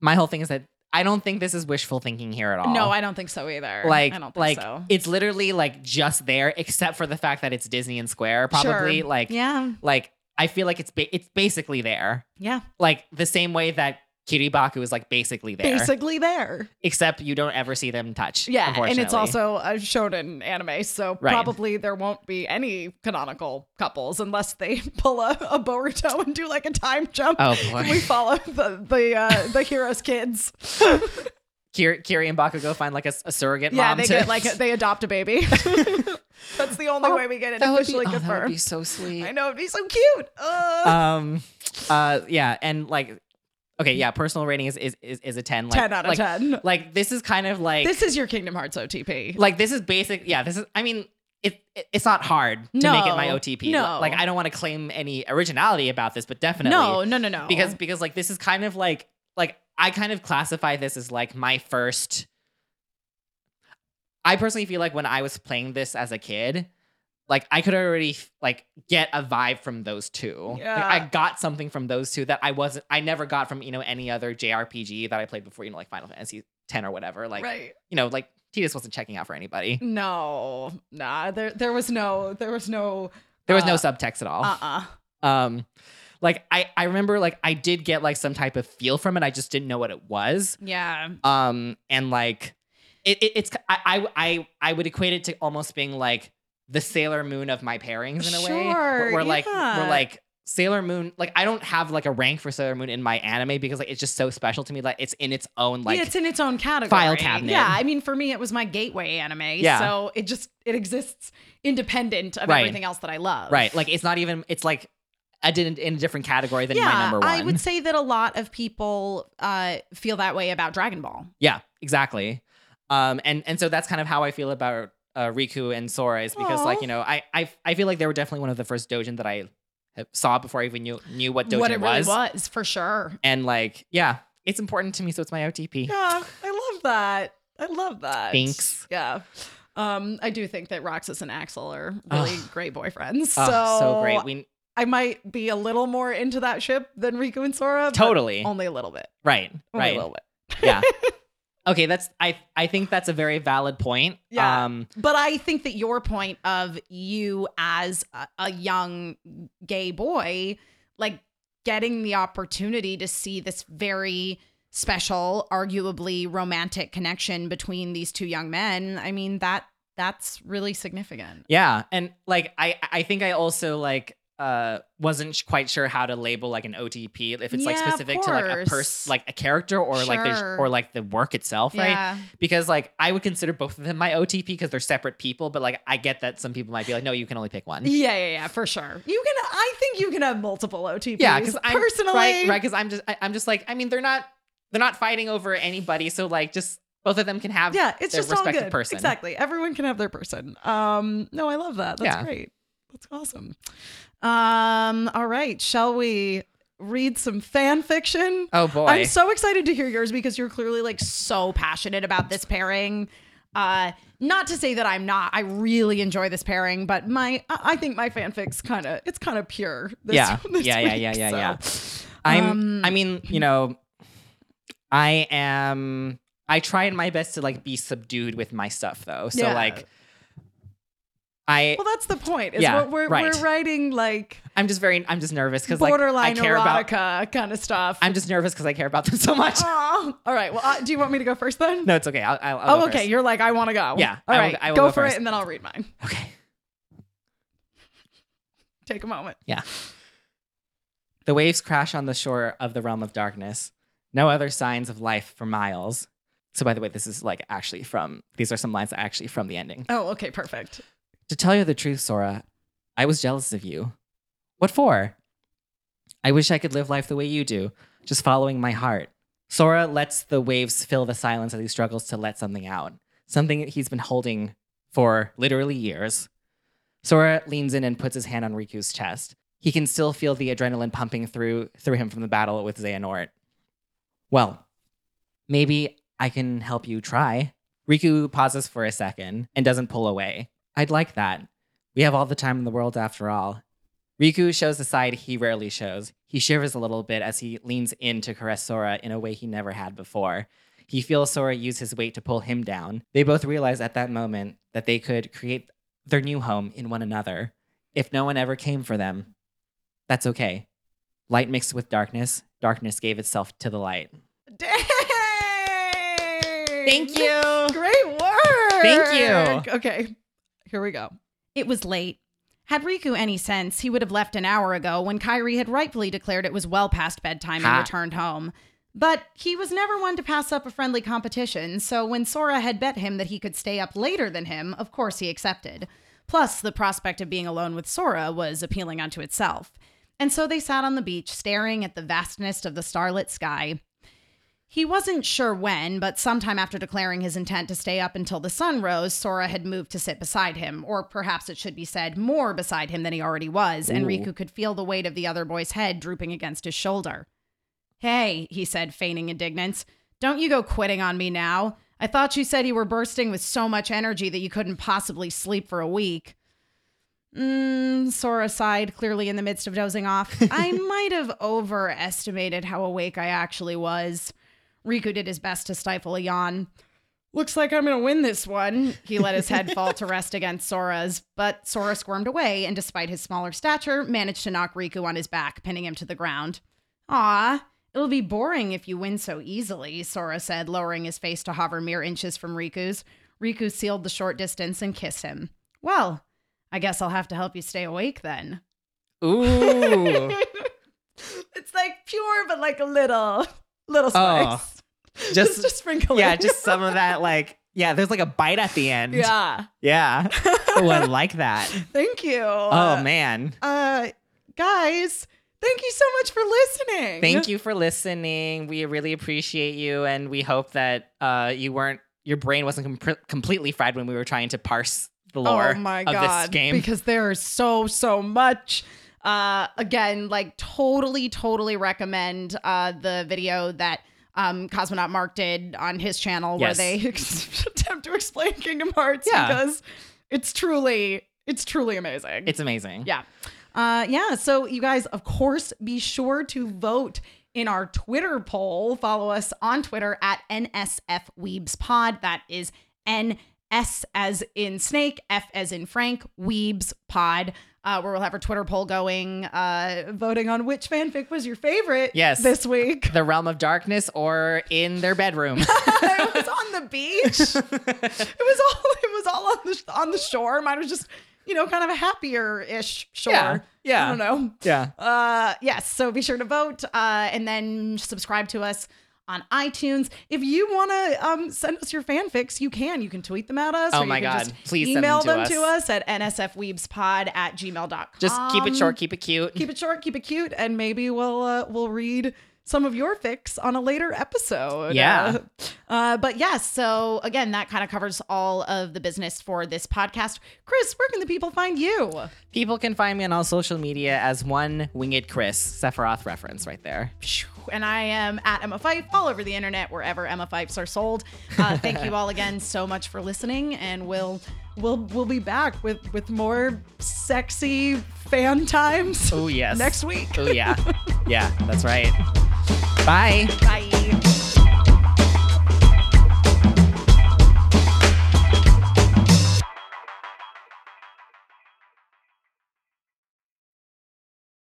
my whole thing is that I don't think this is wishful thinking here at all. No, I don't think so either. like I don't think like so. it's literally like just there except for the fact that it's Disney and Square probably Sure. like Yeah. like I feel like it's ba- it's basically there. Yeah. Like the same way that Kiribaku is like basically there, Basically there. except you don't ever see them touch. Yeah, and it's unfortunately. also a shonen anime, so Right. probably there won't be any canonical couples unless they [laughs] pull a, a Boruto and do like a time jump. Oh, and boy. we follow the the uh, the hero's kids. Kiri, Kiri and Bakugo find like a, a surrogate yeah, mom. they to- get [laughs] like they adopt a baby. [laughs] That's the only way we get it that would be, officially oh, that would be confirmed. so sweet. I know it'd be so cute. Ugh. [laughs] Um, uh, yeah, and like, okay, yeah, personal rating is is is, is a ten. Like, ten out of like- ten. [laughs] Like this is kind of like This is your Kingdom Hearts OTP. like this is basic yeah this is i mean it, it it's not hard to make it my No, otp no. like i don't want to claim any originality about this but definitely No, no, no, no. because because like this is kind of like like i kind of classify this as like my first i personally feel like when i was playing this as a kid like i could already like get a vibe from those two Yeah. like i got something from those two that i wasn't i never got from you know any other jrpg that i played before you know like final fantasy 10 or whatever like right. you know, like Titus wasn't checking out for anybody. No, nah. There, there was no, there was no. uh-uh. There was no Uh, subtext at all. uh uh um, like I, I remember like I did get like some type of feel from it. I just didn't know what it was. Yeah. Um, and like it, it it's I, I I I would equate it to almost being like the Sailor Moon of my pairings in a way. Sure, Where we're like yeah. we're like Sailor Moon. Like I don't have like a rank for Sailor Moon in my anime because like it's just so special to me. Like it's in its own like yeah, it's in its own category. file cabinet. Yeah, I mean, for me, it was my gateway anime. Yeah. So it just it exists independent of Right. everything else that I love. right. Like it's not even. It's like I didn't in a different category than my number one. I would say that a lot of people uh, feel that way about Dragon Ball. Yeah, exactly. Um, and and so that's kind of how I feel about uh, Riku and Sora is because like Aw. you know I, I I feel like they were definitely one of the first Dojin that I saw before I even knew knew what Dojin what it really was. was, for sure. And like yeah, it's important to me, so it's my OTP. Yeah, I love that. I love that. Thanks. Yeah. Um, I do think that Roxas and Axel are really Ugh. great boyfriends. Oh, so, so great. We I might be a little more into that ship than Riku and Sora. but totally Only a little bit. right Only right A little bit. yeah. Okay, that's I I think that's a very valid point. Yeah. Um, But I think that your point of you as a, a young gay boy, like getting the opportunity to see this very special, arguably romantic connection between these two young men, I mean, that that's really significant. Yeah, and like I I think I also like uh wasn't sh- quite sure how to label like an OTP if it's like Yeah, of specific to like a course. person like a character or like the Sure. or like the work itself right Yeah. because like I would consider both of them my OTP because they're separate people but like I get that some people might be like no you can only pick one Yeah, yeah, yeah, for sure. You can. I think you can have multiple OTPs. yeah because I'm personally, right right because I'm just I, I'm just like I mean they're not they're not fighting over anybody so like just both of them can have yeah, it's their just all respective good. person Exactly. Everyone can have their person. Um, no, I love that. That's Yeah. great. That's awesome. Um, all right, shall we read some fan fiction? oh boy I'm so excited to hear yours because you're clearly like so passionate about this pairing. Uh, not to say that I'm not. I really enjoy this pairing, but my I I think my fanfic's kind of it's kind of pure. This, Yeah. [laughs] this Yeah, yeah, yeah, week, yeah, so. yeah. I'm Um, I mean, you know, I am I try my best to like be subdued with my stuff though. So Yeah. like I Well, that's the point. Is Yeah, what we're right. we're writing like I'm just very I'm just nervous cuz like I borderline care erotica about kind of stuff. I'm just nervous cuz I care about them so [laughs] much. [laughs] Oh, all right. Well, uh, do you want me to go first then? No, it's okay. I'll, I'll, I'll oh, go okay. first. You're like, I want to go. Yeah, All I will- right. I will go, go for first. it, and then I'll read mine. Okay. Take a moment. The waves crash on the shore of the realm of darkness. No other signs of life for miles. So by the way, this is like actually from these are some lines actually from the ending. Oh, okay. Perfect. To tell you the truth, Sora, I was jealous of you. What for? I wish I could live life the way you do, just following my heart. Sora lets the waves fill the silence as he struggles to let something out, something he's been holding for literally years. Sora leans in and puts his hand on Riku's chest. He can still feel the adrenaline pumping through through him from the battle with Xehanort. Well, maybe I can help you try. Riku pauses for a second and doesn't pull away. I'd like that. We have all the time in the world after all. Riku shows the side he rarely shows. He shivers a little bit as he leans in to caress Sora in a way he never had before. He feels Sora use his weight to pull him down. They both realize at that moment that they could create their new home in one another if no one ever came for them. That's okay. Light mixed with darkness, darkness gave itself to the light. Dang. Thank you. Great work. Thank you. Okay. Here we go. It was late. Had Riku any sense, he would have left an hour ago when Kairi had rightfully declared it was well past bedtime Ha. and returned home. But he was never one to pass up a friendly competition, so when Sora had bet him that he could stay up later than him, of course he accepted. Plus, the prospect of being alone with Sora was appealing unto itself. And so they sat on the beach, staring at the vastness of the starlit sky, he wasn't sure when, but sometime after declaring his intent to stay up until the sun rose, Sora had moved to sit beside him, or perhaps it should be said, more beside him than he already was, and Ooh. Riku could feel the weight of the other boy's head drooping against his shoulder. Hey, he said, feigning indignance, don't you go quitting on me now. I thought you said you were bursting with so much energy that you couldn't possibly sleep for a week. Mm, Sora sighed, clearly in the midst of dozing off. I might have overestimated how awake I actually was. Riku did his best to stifle a yawn. Looks like I'm going to win this one. He let his head fall to rest against Sora's, but Sora squirmed away and, despite his smaller stature, managed to knock Riku on his back, pinning him to the ground. Aw, it'll be boring if you win so easily, Sora said, lowering his face to hover mere inches from Riku's. Riku sealed the short distance and kissed him. Well, I guess I'll have to help you stay awake then. Ooh. [laughs] It's like pure, but like a little, little Oh. spice. Just- just sprinkle yeah, it. just some of [laughs] that like yeah, there's like a bite at the end. yeah. Yeah. Oh, [laughs] I like that. Thank you. Oh man. Uh, guys, thank you so much for listening. Thank you for listening. We really appreciate you and we hope that uh you weren't your brain wasn't com- completely fried when we were trying to parse the lore oh my of god this game. because there's so so much uh again like totally totally recommend uh the video that um cosmonaut mark did on his channel Yes. where they [laughs] attempt to explain kingdom hearts Yeah. because it's truly it's truly amazing it's amazing. yeah. Uh, yeah. So, you guys, of course, be sure to vote in our Twitter poll. Follow us on Twitter at NSFWeebsPod. That is NS as in snake, F as in Frank, Weebs Pod. Uh, where we'll have our Twitter poll going, uh, voting on which fanfic was your favorite Yes. this [laughs] week. [laughs] The realm of darkness or in their bedroom. it was on the beach. it was all it was all on the on the shore. Mine was just you know, kind of a happier ish shore. Yeah, yeah. I don't know. Yeah. Uh, yes. So be sure to vote uh, and then subscribe to us on iTunes. If you want to um, send us your fanfics, you can. You can tweet them at us. Oh or you my can God. just Please send email them to them to us at nsfweebspod at gmail.com. Just keep it short, keep it cute. Um, Keep it short, keep it cute, and maybe we'll uh, we'll read some of your fics on a later episode. Yeah. Uh, uh, but yes, so again, that kind of covers all of the business for this podcast. Chris, where can the people find you? People can find me on all social media as one winged Chris. Sephiroth reference right there. Phew. And I am at Emma Fife all over the internet wherever Emma Fifes are sold. Uh, thank you all again so much for listening, and we'll we'll we'll be back with with more sexy fan times [laughs] Oh yes. next week. Oh yeah. Yeah, that's right. Bye. Bye.